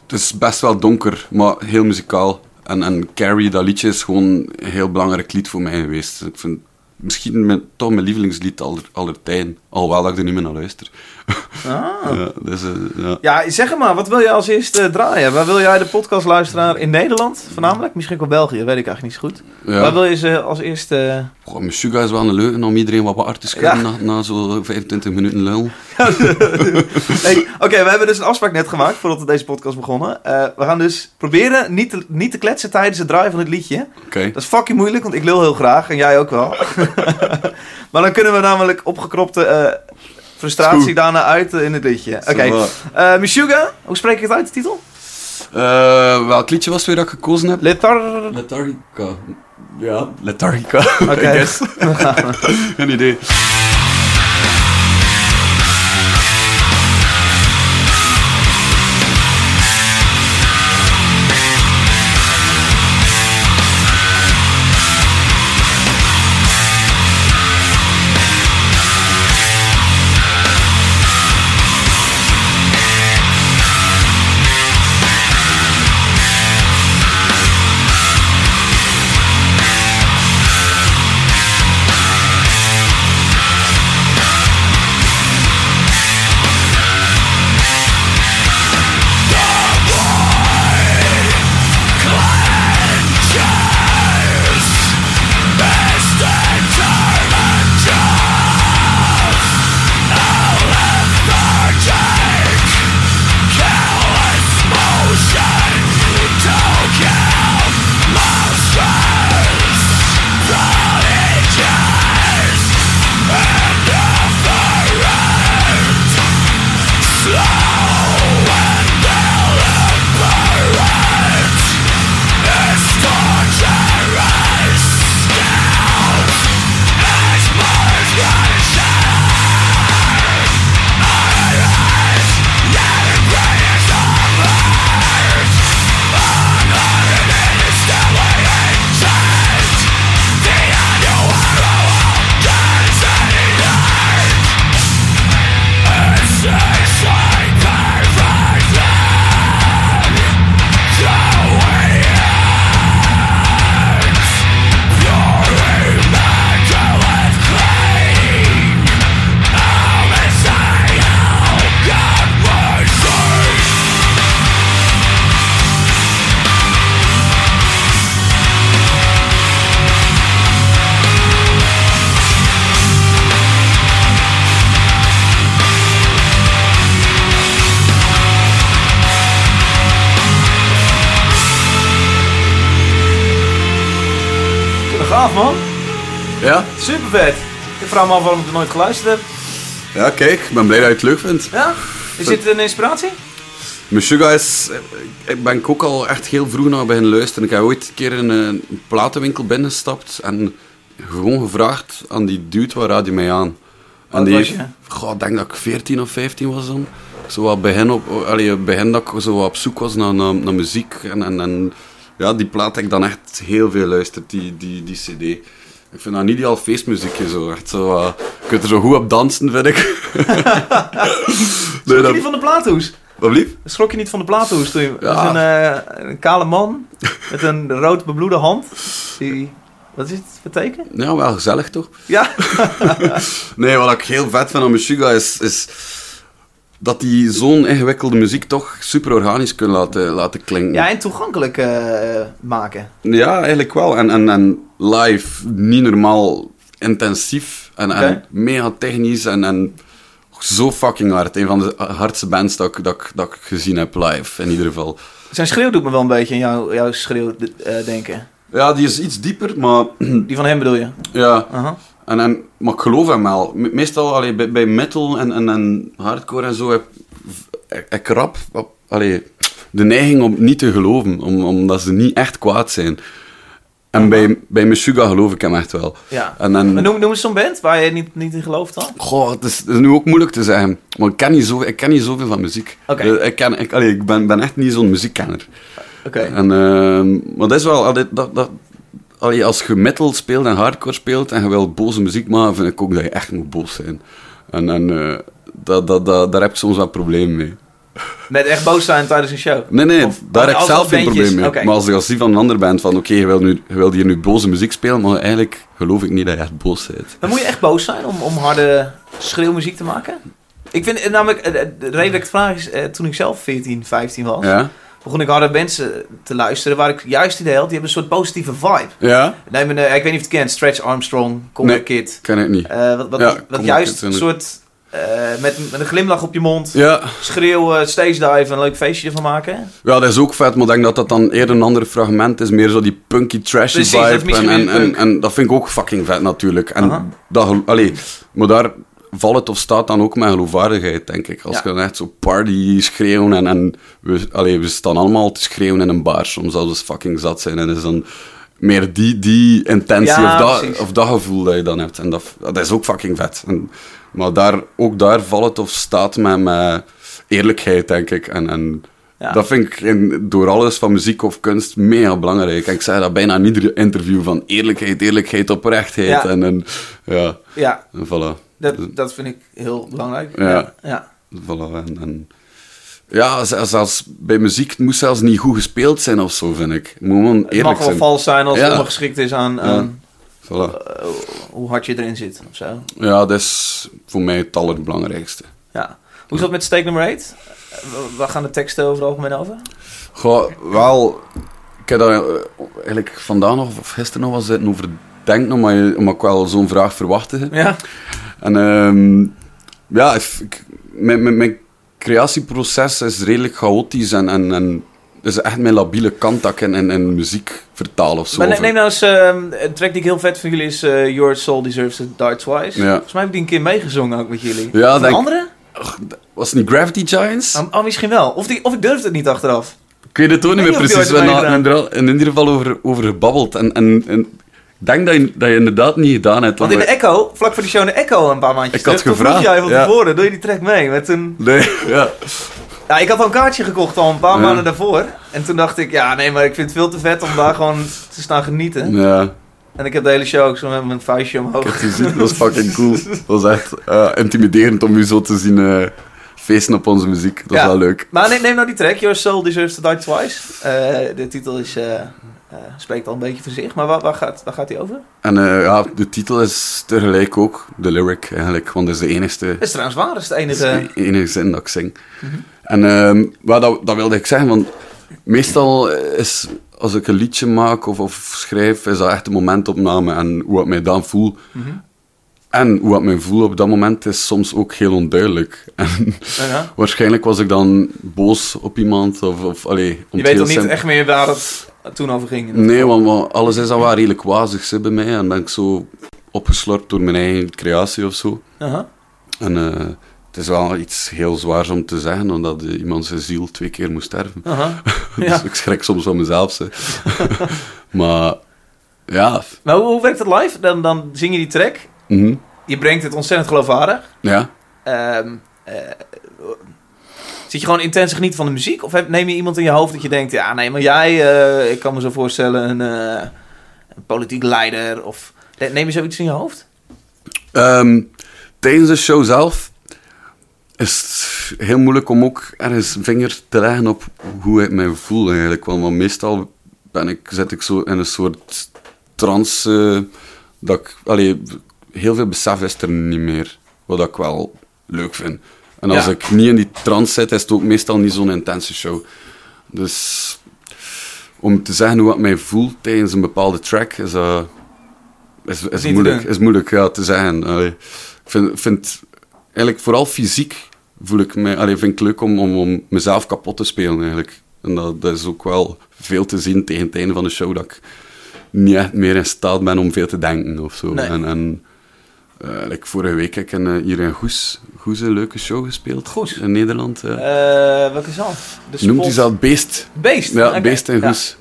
het is best wel donker, maar heel muzikaal. En, en Carrie, dat liedje, is gewoon een heel belangrijk lied voor mij geweest. Ik vind misschien mijn- toch mijn lievelingslied aller, aller tijden. Alhoewel dat ik er niet meer naar luister.
ah.
Ja, dus, eh, ja.
Ja, zeg het maar, wat wil jij als eerste draaien? Waar wil jij de podcastluisteraar in Nederland voornamelijk? Misschien ook wel België, weet ik eigenlijk niet zo goed. Waar
Ja.
wil je ze als eerste...
Goh, mijn sugar is wel een leugen om iedereen wat wakker te schudden
Ja.
na, na zo'n 25 minuten lul.
Hey, Oké, we hebben dus een afspraak net gemaakt voordat we deze podcast begonnen. Eh, we gaan dus proberen niet te, niet te kletsen tijdens het draaien van het liedje.
Oké.
Dat is fucking moeilijk, want ik lul heel graag en jij ook wel. [LAUGHS] maar dan kunnen we namelijk opgekropte eh, frustratie
Goed.
daarna uit eh, in het liedje. Oké,
Zo,
Eh
eh,
Meshuggah, hoe spreek ik het uit, de titel?
eh, welk liedje was het weer dat ik gekozen heb? [LAUGHS]
Letar...
Lethargica. Ja, Lethargica. [LAUGHS]
Oké.
I guess. Geen idee.
Thank
gaaf, man.
Ja?
Super vet. Ik vraag me af waarom ik het nooit geluisterd heb.
Ja, kijk, ik ben blij dat je het leuk vindt.
Ja? Is dit een inspiratie?
Meshuggah is... eh, Ik ben ik ook al echt heel vroeg naar beginnen luisteren. Ik heb ooit een keer in een platenwinkel binnengestapt en gewoon gevraagd aan die dude, waar raad je mij aan? En
Wat
die
was
heeft-
je?
Goh, ik denk dat ik 14 of 15 was dan. Zo wat begin, op, allee, begin dat ik zo wat op zoek was naar, naar, naar muziek. En, en, en ja, die plaat heb ik dan echt heel veel luisterd, die, die, die cd. Ik vind dat een ideaal feestmuziekje zo. Echt zo eh, je kunt er zo goed op dansen, vind ik. [LAUGHS] nee,
Schrok je
dat...
niet van de plaathoes?
Wat lief?
Schrok je niet van de plaathoes toen je... dat is
Ja.
Een, eh, een kale man met een rood bebloede hand. Die... Wat is het betekenen?
Ja, wel gezellig toch?
Ja.
Nee, wat ik heel vet vind aan Meshuggah is, is dat die zo'n ingewikkelde muziek toch super organisch kunnen laten, laten klinken.
Ja, en toegankelijk eh, maken.
Ja, eigenlijk wel. En, en, en live, niet normaal intensief en, en
Oké.
mega technisch en, en zo fucking hard. Een van de hardste bands dat ik, dat, ik, dat ik gezien heb live, in ieder geval.
Zijn schreeuw doet me wel een beetje aan jou, jouw schreeuw eh, denken.
Ja, die is iets dieper, maar
Die van hem bedoel je? Uh-huh.
ja.
Aha.
En, en, maar ik geloof hem wel. Me- Meestal allee, bij, bij metal en, en, en hardcore en zo heb ik- ik rap op- allee, de neiging om niet te geloven, om, omdat ze niet echt kwaad zijn. En bij, bij Meshuggah geloof ik hem echt wel.
Ja.
En, en,
Maar noem, noem eens zo'n band waar je niet, niet in gelooft dan.
Goh, het is, het is nu ook moeilijk te zeggen. Maar ik ken niet, zo, ik ken niet zoveel van muziek.
Oké.
Eh, Ik, ken, ik, allee, ik ben, ben echt niet zo'n muziekkenner.
Oké.
En, ehm, maar dat is wel... Allee, dat, dat, allee, als je metal speelt en hardcore speelt en je wil boze muziek maken, vind ik ook dat je echt moet boos zijn. En, en eh, dat, dat, dat, daar heb ik soms wel problemen mee.
Met echt boos zijn tijdens een show.
Nee, nee,
Of-
daar heb ik
als-
zelf
als
geen
bandjes,
probleem mee.
oké.
Maar als ik als die van een ander band van oké, je, wil nu- je wil hier nu boze muziek spelen, maar eigenlijk geloof ik niet dat je echt boos bent.
Dan moet je echt boos zijn om, om harde schreeuwmuziek te maken. Ik vind eh, namelijk, eh, eh, de reden dat ik het vraag is, eh, toen ik zelf 14, 15 was,
Ja?
begon ik harde mensen te luisteren waar ik juist in de helft, die hebben een soort positieve vibe.
Ja?
Nee, maar, eh, ik weet niet of je het kent, Stretch Armstrong, Connor
Nee.
Kid.
Ken ik niet.
Eh, wat wat,
Ja,
wat
Connor Kid,
juist een
inderdaad.
soort, eh, met, met een glimlach op je mond,
Ja.
schreeuwen, stage dive, een leuk feestje ervan maken.
Ja, dat is ook vet, maar ik denk dat dat dan eerder een ander fragment is. Meer zo die punky, trashy
Precies, dat is
vibe.
misschien
en, en,
weer punk.
en, en dat vind ik ook fucking vet natuurlijk. En
Aha.
dat, gel- allee, maar daar valt het of staat dan ook mijn geloofwaardigheid, denk ik. Als
Ja.
je dan echt zo party schreeuwen en, en we, allee, we staan allemaal te schreeuwen in een bar. Soms als we fucking zat zijn en is dan meer die, die intentie
Ja,
of, dat,
precies.
of dat gevoel dat je dan hebt. En dat, dat is ook fucking vet. En, maar daar, ook daar valt het of staat met, met eerlijkheid, denk ik. En, en
Ja.
dat vind ik in, door alles van muziek of kunst mega belangrijk. En ik zeg dat bijna in ieder interview van eerlijkheid, eerlijkheid, oprechtheid.
Ja.
En, en ja,
Ja,
en voilà.
dat, dat vind ik heel belangrijk.
Ja.
ja.
voilà. En, en, ja, z- zelfs bij muziek het moest zelfs niet goed gespeeld zijn of zo, vind ik. Het moet gewoon
Het
eerlijk
mag wel
zijn.
vals zijn als het
Ja.
ondergeschikt is aan, aan
Voilà.
eh, hoe hard je erin zit of zo.
Ja, dat is voor mij het allerbelangrijkste.
Ja. Hoe is dat met steek nummer 8? Waar gaan de teksten over het algemeen over?
Goh, wel, ik heb daar eh, eigenlijk vandaag nog of gisteren nog wel zitten over denken, maar omdat ik wel zo'n vraag verwachtte.
Ja.
En ehm, ja, ik- ik- mijn, mijn, mijn creatieproces is redelijk chaotisch en, en, en dat is echt mijn labiele kant dat ik in, in, in muziek vertaal of zo.
Maar ne-
Of-
neem nou eens, ehm, een track die ik heel vet van jullie is eh, Your Soul Deserves to Die Twice.
Ja.
Volgens mij heb ik die een keer meegezongen ook met jullie.
Ja,
Of een
denk-
andere?
Was het niet Gravity Giants?
Oh, oh, misschien wel. Of, die, of ik durfde het niet achteraf.
Ik weet het ook niet
Ik
meer
weet niet
precies.
of
We
je ooit
hadden er al in ieder geval over, over gebabbeld. En, en, en ik denk dat je, dat je inderdaad niet gedaan hebt.
Want in de Echo, vlak voor die show in de Echo een paar maandjes
Ik had
terug, toen vroeg
gevraagd,
jij van
ja.
tevoren, doe je die track mee? Met een...
Nee, [LAUGHS] ja.
Ja, ik had al een kaartje gekocht al een paar
Ja.
maanden daarvoor. En toen dacht ik, ja nee, maar ik vind het veel te vet om daar gewoon te staan genieten.
ja.
En ik heb de hele show ook zo met mijn vuistje
Ik
omhoog.
heb het gezien, dat was fucking cool. Dat was echt eh, intimiderend om u zo te zien eh, feesten op onze muziek. Dat was
Ja.
wel leuk.
Maar neem, neem nou die track, Your Soul Deserves to Die Twice. Eh, de titel is, eh, eh, spreekt al een beetje voor zich, maar waar, waar, gaat, waar gaat die over?
En eh, ja, de titel is tegelijk ook de lyric eigenlijk, want dat is de enigste,
Dat is trouwens waar, dat is het eh? Mhm.
dat is de e-
enige...
enige zin dat ik zing. En ehm, maar dat, dat wilde ik zeggen, want meestal is als ik een liedje maak of, of schrijf, is dat echt een momentopname en hoe ik mij dan voel.
Mhm.
En hoe ik mij voel op dat moment is soms ook heel onduidelijk. [LAUGHS] En
Ja.
Waarschijnlijk was ik dan boos op iemand of, of allee, om het
Je weet
heel
al niet
simpel-
echt meer waar het toen over ging.
Nee, want, want alles is al wel redelijk wazig hè, bij mij. En ben ik zo opgeslorpt door mijn eigen creatie of zo.
Aha.
En eh, het is wel iets heel zwaars om te zeggen, omdat eh, iemand zijn ziel twee keer moest sterven.
Aha.
[LAUGHS] dus
Ja.
ik schrik soms van mezelf. hè. [LAUGHS] maar ja,
Maar hoe, hoe werkt het live? Dan, dan zing je die track.
mhm,
Je brengt het ontzettend geloofwaardig.
ja.
Ehm, eh, zit je gewoon intens genieten van de muziek? Of heb- neem je iemand in je hoofd dat je denkt... Ja, nee, maar jij... eh, ik kan me zo voorstellen een, eh, een politiek leider. Of ne- neem je zoiets in je hoofd?
Ehm, tijdens de show zelf is het heel moeilijk om ook ergens een vinger te leggen op hoe ik mij voel eigenlijk. Want, want meestal ben ik, zit ik zo in een soort trance eh, dat ik... Allee, heel veel besef is er niet meer, wat ik wel leuk vind. En als
Ja.
ik niet in die trance zit, is het ook meestal niet zo'n intense show. Dus om te zeggen hoe ik mij voel tijdens een bepaalde track, is dat... Is, is
te
moeilijk,
doen.
is moeilijk ja, te zeggen. Allee, ik vind, vind eigenlijk vooral fysiek voel ik mij, allee, vind ik leuk om, om, om mezelf kapot te spelen eigenlijk. En dat, dat is ook wel veel te zien tegen het einde van de show dat ik niet echt meer in staat ben om veel te denken of zo.
Nee.
En, en eh, like vorige week heb ik in, eh, hier in Goes, Goes een leuke show gespeeld
Goes?
in Nederland. ja.
Eh, welke zand? De
Noemt hij
spot-
dat Beest?
Beest.
Ja,
Oké.
Beest en Goes.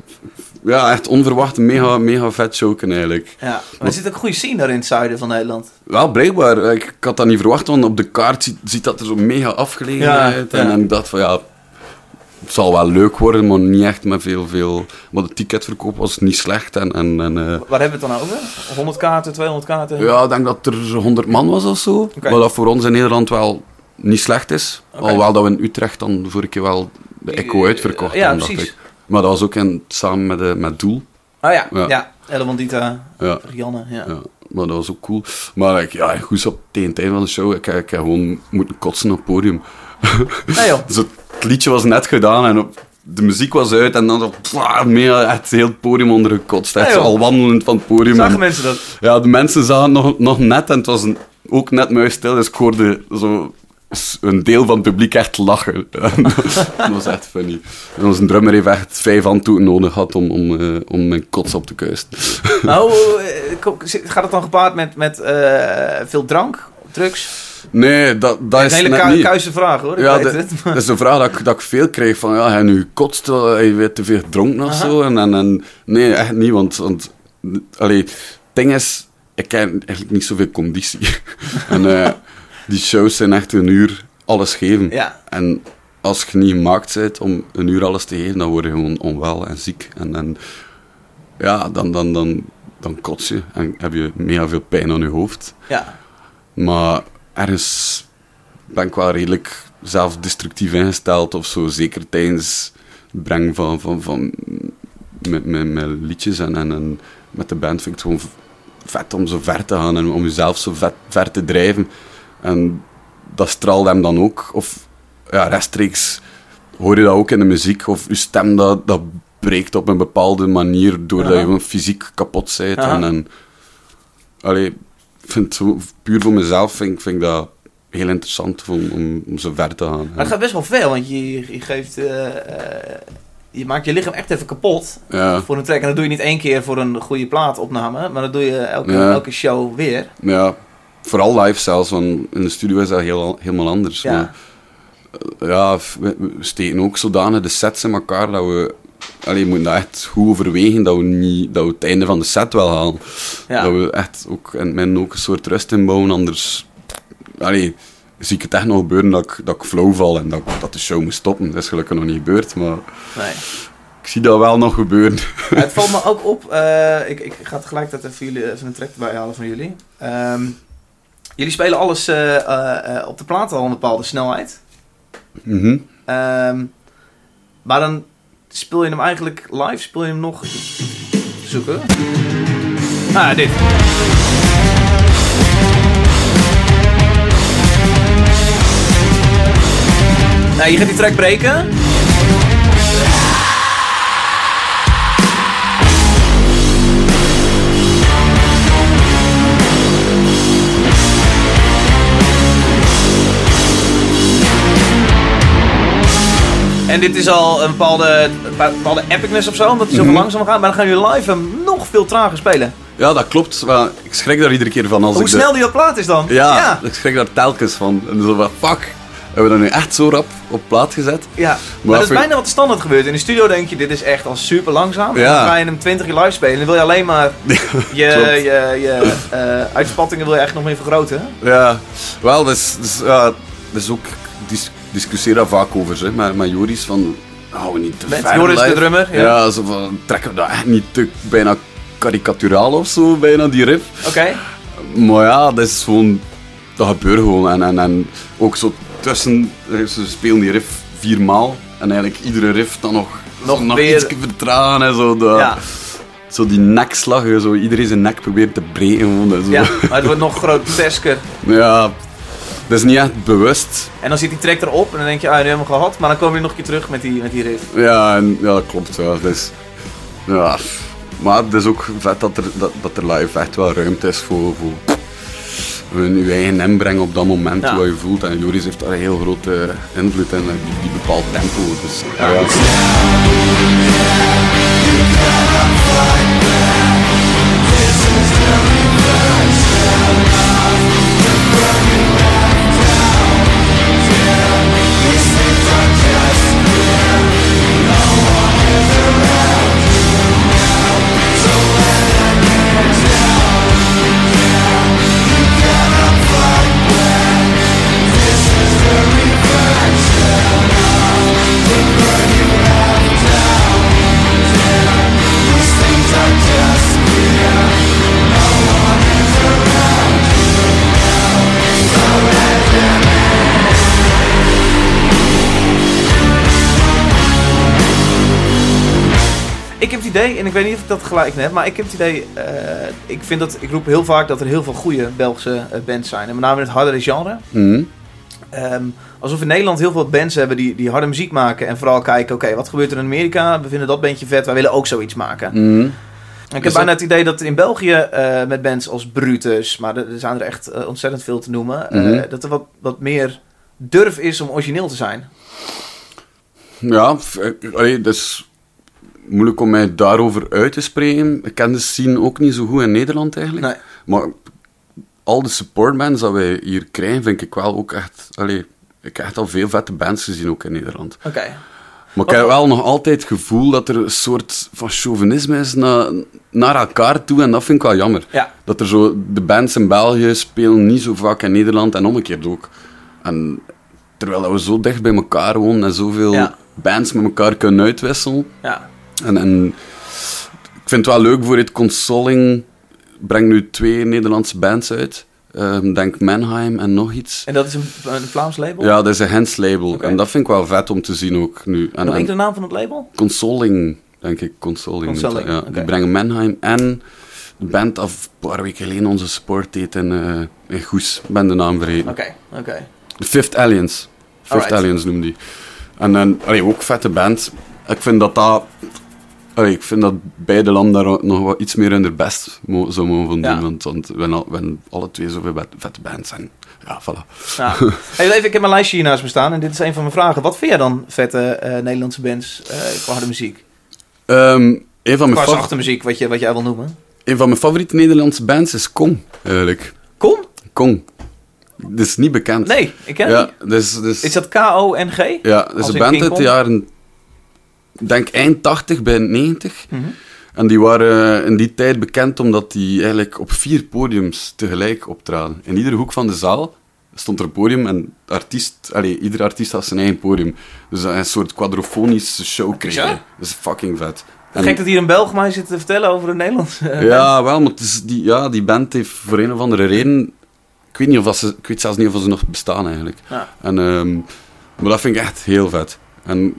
Ja. echt onverwacht, mega, mega vet showken eigenlijk.
Ja. Ja. Maar er zit ook een goede scene daar in het zuiden van Nederland.
Wel, blijkbaar. eh, Ik, ik had dat niet verwacht, want op de kaart ziet, ziet dat er zo mega afgelegen
Ja,
uit. En,
ja.
en ik dacht van, ja, het zal wel leuk worden, maar niet echt met veel, veel... Maar de ticketverkoop was niet slecht en... en, en eh,
Waar hebben we het dan over? 100 kaarten, 200 kaarten?
ja, ik denk dat er 100 man was of zo.
Oké.
Wat dat voor ons in Nederland wel niet slecht is.
Oké.
Alhoewel dat we in Utrecht dan vorige keer wel de Echo uitverkocht
Ja,
hebben, dacht
precies.
ik. Maar dat was ook in, samen met, eh, met Doel.
Oh ja, ja.
Ja.
Elewandita,
Ja.
Rianne, ja.
Ja, maar dat was ook cool. Maar ik, ja, goed op tegen het einde van de show, ik, ik heb gewoon moeten kotsen op het podium.
Nee
[LAUGHS]
joh.
Dus het liedje was net gedaan en op- de muziek was uit en dan zo, pla, mega, echt heel het podium onder gekotst. Echt
Ah, Ja,
zo
joh.
al wandelend van het podium.
Zagen
En-
mensen dat?
ja, de mensen zagen nog, nog net en het was een- ook net muisstil, dus ik hoorde zo s- een deel van het publiek echt lachen. [LAUGHS] dat was echt funny. En onze drummer heeft echt vijf handdoeken nodig gehad om, om, eh, om mijn kots op te kuisen.
Nou, eh, ko- zit- gaat het dan gepaard met, met eh, veel drank, drugs?
Nee, dat, dat
Een
is
hele
net
ku
niet.
kuise vraag hoor, ik
Ja,
weet
de-
het.
Dat is de vraag dat ik, dat ik veel kreeg van, ja, hij nu kotst, eh, hij werd te veel gedronken of zo. En, en, en- nee, echt niet, want, want allee, het ding is, ik heb eigenlijk niet zoveel conditie. [LAUGHS] en eh, die shows zijn echt een uur alles geven.
Ja,
En als je niet gemaakt bent om een uur alles te geven, dan word je gewoon onwel en ziek. En, en ja, dan, dan, dan, dan kots je en heb je mega veel pijn aan je hoofd.
ja.
Maar ergens ben ik wel redelijk zelfdestructief ingesteld of zo. Zeker tijdens het brengen van, van, van mijn, mijn, mijn liedjes en, en, en met de band vind ik het gewoon vet om zo ver te gaan en om jezelf zo vet, ver te drijven. En dat straalt hem dan ook. Of ja, rechtstreeks hoor je dat ook in de muziek. Of je stem dat, dat breekt op een bepaalde manier doordat
Aha.
je gewoon fysiek kapot bent.
Aha.
En, en, allee, ik vind zo- puur voor mezelf vind, ik- vind ik dat heel interessant om, om, om zo ver te gaan.
Maar het gaat best wel veel, want je, je geeft... eh, eh, je maakt je lichaam echt even kapot
Ja,
voor een track. En dat doe je niet één keer voor een goede plaatopname, maar dat doe je elke,
Ja.
elke show weer.
ja, vooral live zelfs, want in de studio is dat heel, helemaal anders.
Ja.
Maar, eh, ja, f- we, we steken ook zodanig de sets in elkaar dat we... Allee, we moeten dat echt goed overwegen dat we, niet, dat we het einde van de set wel halen.
Ja.
Dat we echt ook in het midden ook een soort rust inbouwen, anders... Allee, zie ik het echt nog gebeuren dat ik, dat ik flow val en dat, ik- dat de show moet stoppen. Dat is gelukkig nog niet gebeurd, maar...
Nee.
Ik zie dat wel nog gebeuren.
Ja, het valt me ook op. eh, ik, ik ga tegelijkertijd even, jullie, even een track erbij halen van jullie. Ehm, jullie spelen alles eh, eh, eh, op de plaat al een bepaalde snelheid. Ehm, maar dan speel je hem eigenlijk live, speel je hem nog zoeken. Ah, dit. Nou, je gaat die track breken. En En dit is al een bepaalde, een bepaalde epicness of zo, omdat het zo
Mhm.
langzaam gaat. Maar dan gaan jullie live hem nog veel trager spelen.
Ja, dat klopt. Maar ik schrik daar iedere keer van als
Hoe
ik
snel die op plaat is dan?
de... ja, ik schrik daar telkens van. En zo van, fuck, hebben we dat nu echt zo rap op plaat gezet?
Ja. Maar, dat is
even-
bijna wat de standaard gebeurt. In de studio denk je, dit is echt al super langzaam. En
Ja.
dan ga je hem 20 keer live spelen. Dan wil je alleen maar je,
klopt.
je, je eh, uitspattingen wil je echt nog meer vergroten.
Ja, wel, dus, dus, ja, dus ook dis discussieer daar vaak over, zeg, maar met Joris, van houden we niet te
Met
ver
Joris, de
live?
drummer, ja.
Ja, zo van, trekken we dat echt niet te bijna karikaturaal of zo, bijna die riff.
Oké.
Maar ja, dat is gewoon, dat gebeurt gewoon. En, en, en ook zo tussen, ze spelen die riff viermaal en eigenlijk iedere riff dan nog,
Nog
zo nog
weer-
ietsje vertragen en zo. Dat,
Ja.
Zo die nekslag, zo, iedereen zijn nek probeert te breken. Gewoon, en zo. [LAUGHS]
ja, maar het wordt nog grotesker.
ja, dat is niet echt bewust.
En dan zit die track erop en dan denk je, ah, nu hebben we hem gehad. Maar dan komen we nog een keer terug met die, met die riff.
Ja, en, ja dat klopt. Ja. Dus, ja. Maar het is ook vet dat er, dat, dat er live echt wel ruimte is voor, voor hun je eigen inbreng op dat moment,
Ja.
wat je voelt. En Joris heeft daar een heel grote invloed in, die, die bepaalt tempo. Dus, ja.
Ik heb het idee, en ik weet niet of ik dat gelijk heb, maar ik heb het idee. eh, ik, vind dat, ik roep heel vaak dat er heel veel goede Belgische eh, bands zijn. En met name in het hardere genre.
Mhm.
Ehm, alsof in Nederland heel veel bands hebben die, die harde muziek maken. En vooral kijken, oké, wat gebeurt er in Amerika? We vinden dat bandje vet, wij willen ook zoiets maken.
Mhm.
En ik heb
dat-
bijna het idee dat in België eh, met bands als Brutus, maar er er zijn er echt eh, ontzettend veel te noemen, eh,
Mhm.
dat er wat, wat meer durf is om origineel te zijn.
Ja, f- eh, allee, dat is moeilijk om mij daarover uit te spreken. Ik ken de scene ook niet zo goed in Nederland eigenlijk.
Nee.
Maar al de supportbands dat wij hier krijgen, vind ik wel ook echt... Allee, ik heb echt al veel vette bands gezien ook in Nederland.
Oké.
Maar ik heb wel nog altijd het gevoel dat er een soort van chauvinisme is na, naar elkaar toe. En dat vind ik wel jammer.
Ja.
Dat er zo... De bands in België spelen niet zo vaak in Nederland en omgekeerd ook. En terwijl dat we zo dicht bij elkaar wonen en zoveel
Ja.
bands met elkaar kunnen uitwisselen.
Ja.
En, en ik vind het wel leuk voor het consoling. Breng nu twee Nederlandse bands uit. Ehm, denk Mannheim en nog iets.
En dat is een, een Vlaams label?
Ja, dat is een Hens label.
Oké.
En dat vind ik wel vet om te zien ook nu. En,
Nog
en
één keer de naam van het label?
Consoling, denk ik. Consoling. noemt dat,
Consoling,
ja.
oké.
Die brengen Mannheim en de band dat een paar weken geleden onze support deed in, eh, in Goes. Ik ben de naam vergeten.
Oké, oké.
De Fifth Aliens. Fifth
Alright.
Aliens noemde die. En dan, allee, ook vette band. Ik vind dat dat... allee, ik vind dat beide landen daar nog wel iets meer hun er best mo zo mogen van doen.
Ja.
Want, want we hebben al- we hebben alle twee zoveel bet- vette bands. En ja, voilà. [LAUGHS]
Nou, hey, even, ik heb mijn lijstje hier naast me staan en dit is een van mijn vragen. Wat vind jij dan vette eh, Nederlandse bands eh, qua harde muziek?
Ehm, een, van
Qua
mijn fav-
zachte muziek, wat, je, wat jij wil noemen.
een van mijn favoriete Nederlandse bands is Kong, eigenlijk.
Kom?
Kong. Dat is niet bekend.
Nee, ik ken het
Ja,
niet.
dus, dus,
Is dat K-O-N-G?
ja, dat
als
is een
in
band
King
uit de
Kong?
jaren... Denk eind 80, begin 90.
Mhm.
En die waren eh, in die tijd bekend omdat die eigenlijk op vier podiums tegelijk optraden. In iedere hoek van de zaal stond er een podium en de artiest, allee, ieder artiest had zijn eigen podium. Dus dat een soort quadrofonische show kreeg.
Bizar.
je. Dat is fucking vet. En-
Gek dat hier een Belg mij zit te vertellen over een Nederlandse [LAUGHS] eh,
ja, wel, maar het is die, ja, die band heeft voor een of andere reden... Ik weet, niet of dat ze, ik weet zelfs niet of ze nog bestaan, eigenlijk.
Ja.
En, ehm, maar dat vind ik echt heel vet. En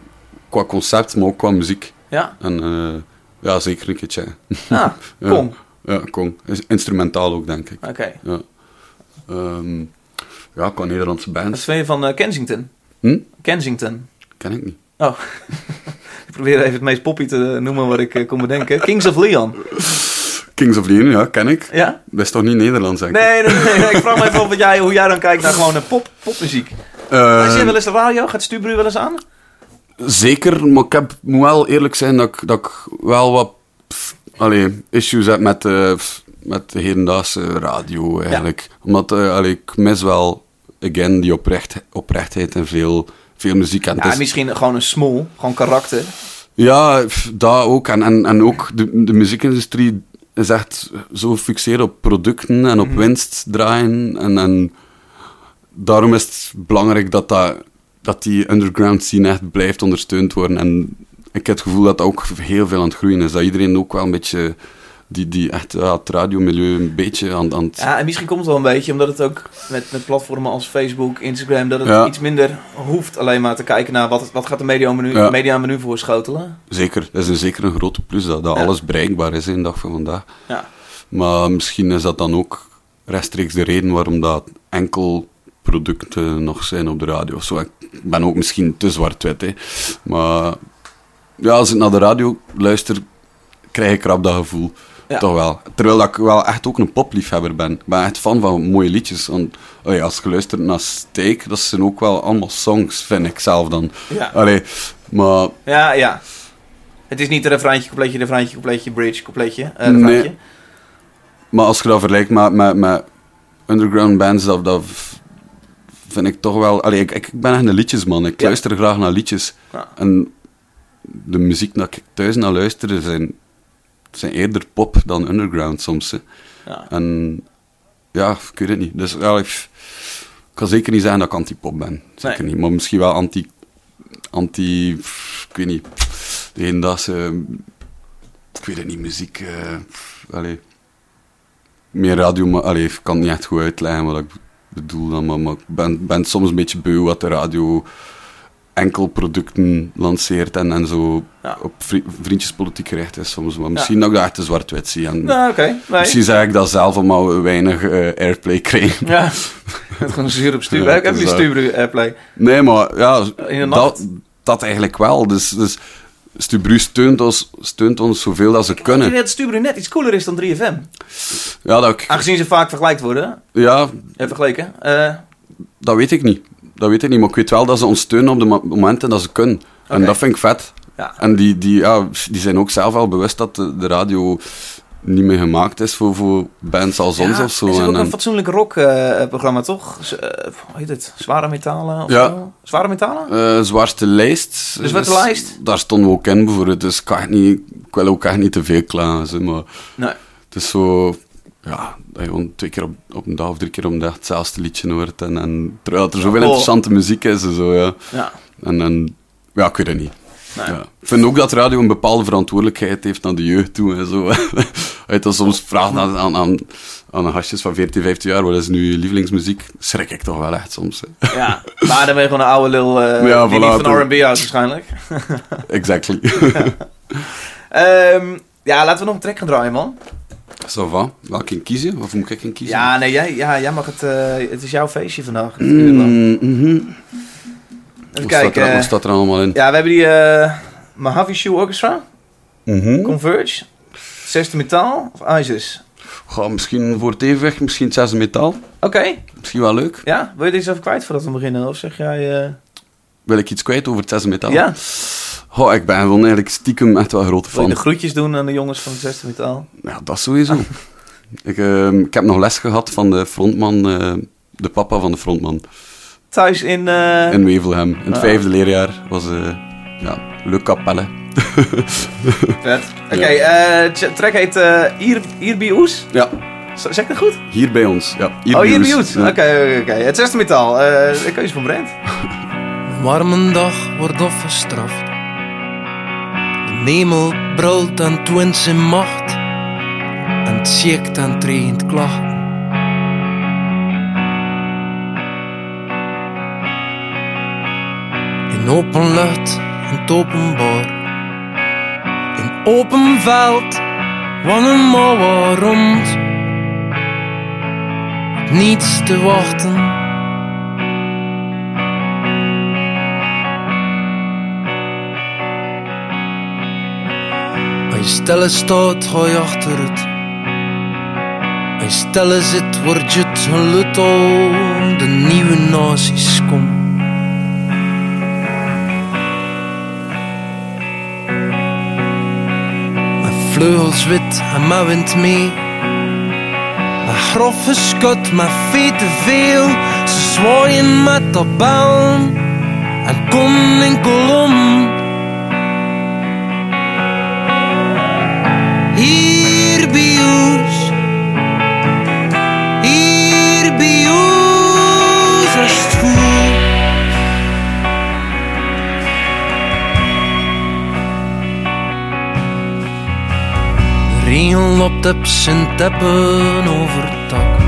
qua concept, maar ook qua muziek. [LAUGHS]
Ja,
En eh, ja, zeker een keer checken.
ah,
Ja.
kom.
Ja, Kong. Is Instrumentaal ook, denk ik.
Oké.
Ja, Ehm, ja qua Nederlandse
Dat
band
is van je van eh, Kensington.
Hm?
Kensington.
ken ik niet.
Oh. [LAUGHS] ik probeer even het meest poppy te noemen wat ik eh, kon bedenken. Kings of Leon.
Kings of Leon, ja, ken ik.
Ja?
Dat is toch niet Nederlands, denk ik?
Nee, nee, nee, nee, Ik vraag me even af wat jij, hoe jij dan kijkt naar gewoon eh, pop, popmuziek.
Eh,
Als je wel eens de radio, gaat Stubru wel eens aan?
zeker, maar ik heb, moet wel eerlijk zijn dat ik, dat ik wel wat pff, allee, issues heb met, eh, pff, met de hedendaagse radio eigenlijk. Omdat eh, allee, ik mis wel, again, die oprecht, oprechtheid en veel, veel muziek. En het
Ja,
is-
misschien gewoon een smol, gewoon karakter.
ja, pff, dat ook. En, en, en ook de, de muziekindustrie is echt zo gefixeerd op producten en op
Mhm.
winst draaien. En, en daarom is het belangrijk dat, dat, dat die underground scene echt blijft ondersteund worden. En ik heb het gevoel dat dat ook heel veel aan het groeien is. Dat iedereen ook wel een beetje die, die echt, ja, het radiomilieu een beetje aan, aan het...
Ja, en misschien komt het wel een beetje omdat het ook met, met platformen als Facebook, Instagram, dat het
Ja.
iets minder hoeft alleen maar te kijken naar wat, wat gaat de media menu,
Ja.
media menu voor schotelen.
Zeker, dat is een, zeker een grote plus dat, dat
Ja.
alles bereikbaar is in de dag van vandaag.
Ja.
Maar misschien is dat dan ook rechtstreeks de reden waarom dat enkel producten nog zijn op de radio. of Zo, ik ben ook misschien te zwart-wit, hè. Maar ja, als ik naar de radio luister, krijg ik rap dat gevoel.
Ja.
Toch wel. Terwijl dat ik wel echt ook een popliefhebber ben. Ik ben echt fan van mooie liedjes. Want, oh ja, als je luistert naar Steak, dat zijn ook wel allemaal songs, vind ik zelf dan.
Ja.
Allee, maar
Ja, ja. Het is niet een refreintje, coupletje, refreintje, coupletje, bridge, coupletje, eh,
Nee.
refreintje.
Maar als je dat vergelijkt met, met, met underground bands, dat, dat v- vind ik toch wel... Allee, ik, ik ben echt een liedjesman. Ik
Ja.
luister graag naar liedjes.
Ja.
En de muziek dat ik thuis naar luister, zijn, zijn eerder pop dan underground soms. hè.
Ja.
En ja, ik weet het niet. Dus ja, ik, ik kan zeker niet zeggen dat ik anti-pop ben. Zeker
Nee.
niet. Maar misschien wel anti... anti ik weet niet. De hedendaagse... Ik weet het niet, muziek... eh, allee. Meer radio, maar allee, ik kan het niet echt goed uitleggen wat ik bedoel. Dan, maar, maar ik ben, ben soms een beetje beu wat de radio enkel producten lanceert en, en zo
Ja.
op vri- vriendjespolitiek gericht is soms. Maar misschien dat ik dat echt te zwart-wit zie. En,
Nou, oké. Nee.
Precies, zeg ik dat zelf omdat we weinig eh, airplay kregen.
Ja. [LAUGHS] Het gewoon zuur op stuur.
Ja,
ik heb
het
die eh,
is waar.
stuur airplay.
[LAUGHS] Nee, maar ja,
In de nacht?
dat, dat eigenlijk wel. Dus, dus Stubru steunt ons, steunt ons zoveel dat ze
Ik denk
kunnen.
dat Stubru net iets cooler is dan 3FM.
Ja, dat, ik-
Aangezien ze vaak vergelijkt worden.
ja,
eh, vergeleken. eh,
dat weet ik niet. Dat weet ik niet, maar ik weet wel dat ze ons steunen op de mo- momenten dat ze kunnen. En
Oké.
dat vind ik vet.
Ja.
En die, die, ja, die zijn ook zelf wel bewust dat de, de radio niet meer gemaakt is voor, voor bands als ons
ja,
of zo.
Is ook
En- en-
een fatsoonlijk rockprogramma, toch? Z- eh, hoe heet het? Zware metalen? Of
Ja.
zo? Zware metalen?
eh zwarte lijst. Dus
De zwarte lijst?
Daar stonden we ook in, bijvoorbeeld. Dus ik, kan echt niet, ik wil ook echt niet te veel klagen. Zeg maar
Nee.
het is zo... Ja, dat je gewoon twee keer op, op een dag of drie keer op een dag hetzelfde liedje hoort. En, en, terwijl er zoveel
Oh.
interessante muziek is en zo, ja.
Ja.
En, en ja, ik weet het niet.
Nee.
Ja. Ik vind ook dat radio een bepaalde verantwoordelijkheid heeft naar de jeugd toe en zo. [LAUGHS] Uit dat soms vraagt aan, aan, aan, aan gastjes van 14, 15 jaar, wat is nu je lievelingsmuziek? Schrik ik toch wel echt soms. hè. [LAUGHS]
ja. Maar dan ben je gewoon een oude lul eh
Ja,
die
voilà,
niet van
toch.
R&B houdt waarschijnlijk.
Exactly.
Ehm, ja, laten we nog een track gaan draaien, man.
Zo van, welke in kiezen? Of moet ik in kiezen?
Ja, nee, jij, ja, jij mag het... eh, het is jouw feestje vandaag.
Mm, mhm.
Even
Wat staat er-
kijken. Mm-hmm. eh,
Wat staat er allemaal in?
ja, we hebben die eh, Mojave Shoe Orchestra. Mm-hmm.
Mhm.
Converge. Zesde metaal of ISIS?
Goh, misschien voor het evenwicht, misschien het zesde metaal.
Oké,
Misschien wel leuk.
ja. Wil je dit eens even kwijt voordat we beginnen? Of zeg jij... eh,
Wil ik iets kwijt over het zesde metaal?
ja,
Goh, ik ben gewoon eigenlijk stiekem echt wel een grote
wil je
fan.
de groetjes doen aan de jongens van het zesde metaal?
Ja, dat
[LAUGHS]
sowieso. ik, ehm, ik heb nog les gehad van de frontman, eh, de papa van de frontman.
Thuis in... eh,
In Wevelgem. In het
Ah.
vijfde leerjaar was... eh ja, Le Capelle.
Vet. Oké, eh, tja- track heet eh Hier, Hierbius.
Ja,
Zeg ik dat goed?
hier bij ons. Ja, hier
oh,
bij ons.
Hierbius.
Ja.
Oké, oké, oké. Het zesde metaal. Eh de keuze van Brent.
Een warme dag wordt afgestraft. De nemel brult en twint zijn macht. En het ziekt en treedt klachten. In open lucht, in het openbaar. In open veld, wanneer maar waar rond. Op Niets te wachten. Als je stille staat, ga je achteruit. Als je stille zit, word je het geluid al de nieuwe nazi's kom. vleugels wit en mijn wind mee. Mijn grof geschut, maar veel te veel. Ze zwaaien met tabellen en kon in kolom. Hier bij ons, hier bij ons is het goed. De regen loopt op zijn teppen over het dak.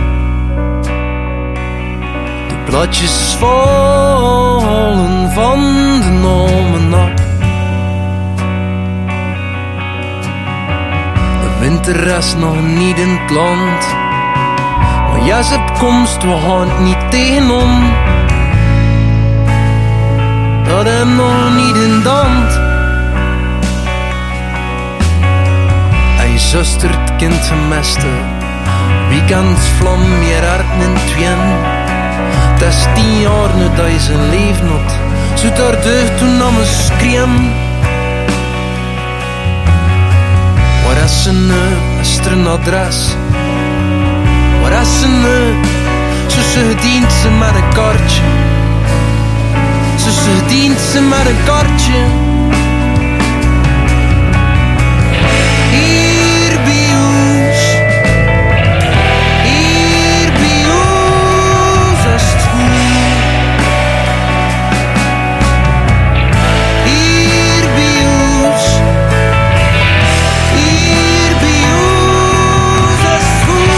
De bladjes vallen van de almanak. De winter is nog niet in het land. Maar jij is op komst, we gaan het niet tegenom. Dat hem nog niet in dand. En je zuster het kind gemeste. Weekends vlam je hart in twien. Het is tien jaar nu dat je zijn leven had. Zo daar deugd toen nam een scream. Waar is ze nu? Is er een adres? Waar is ze nu? Zo ze gedient ze met een kartje. Zo ze gedient ze met een kartje. Hier bij ons. Hier bij ons is het goed. Hier bij ons. Hier bij ons is het goed.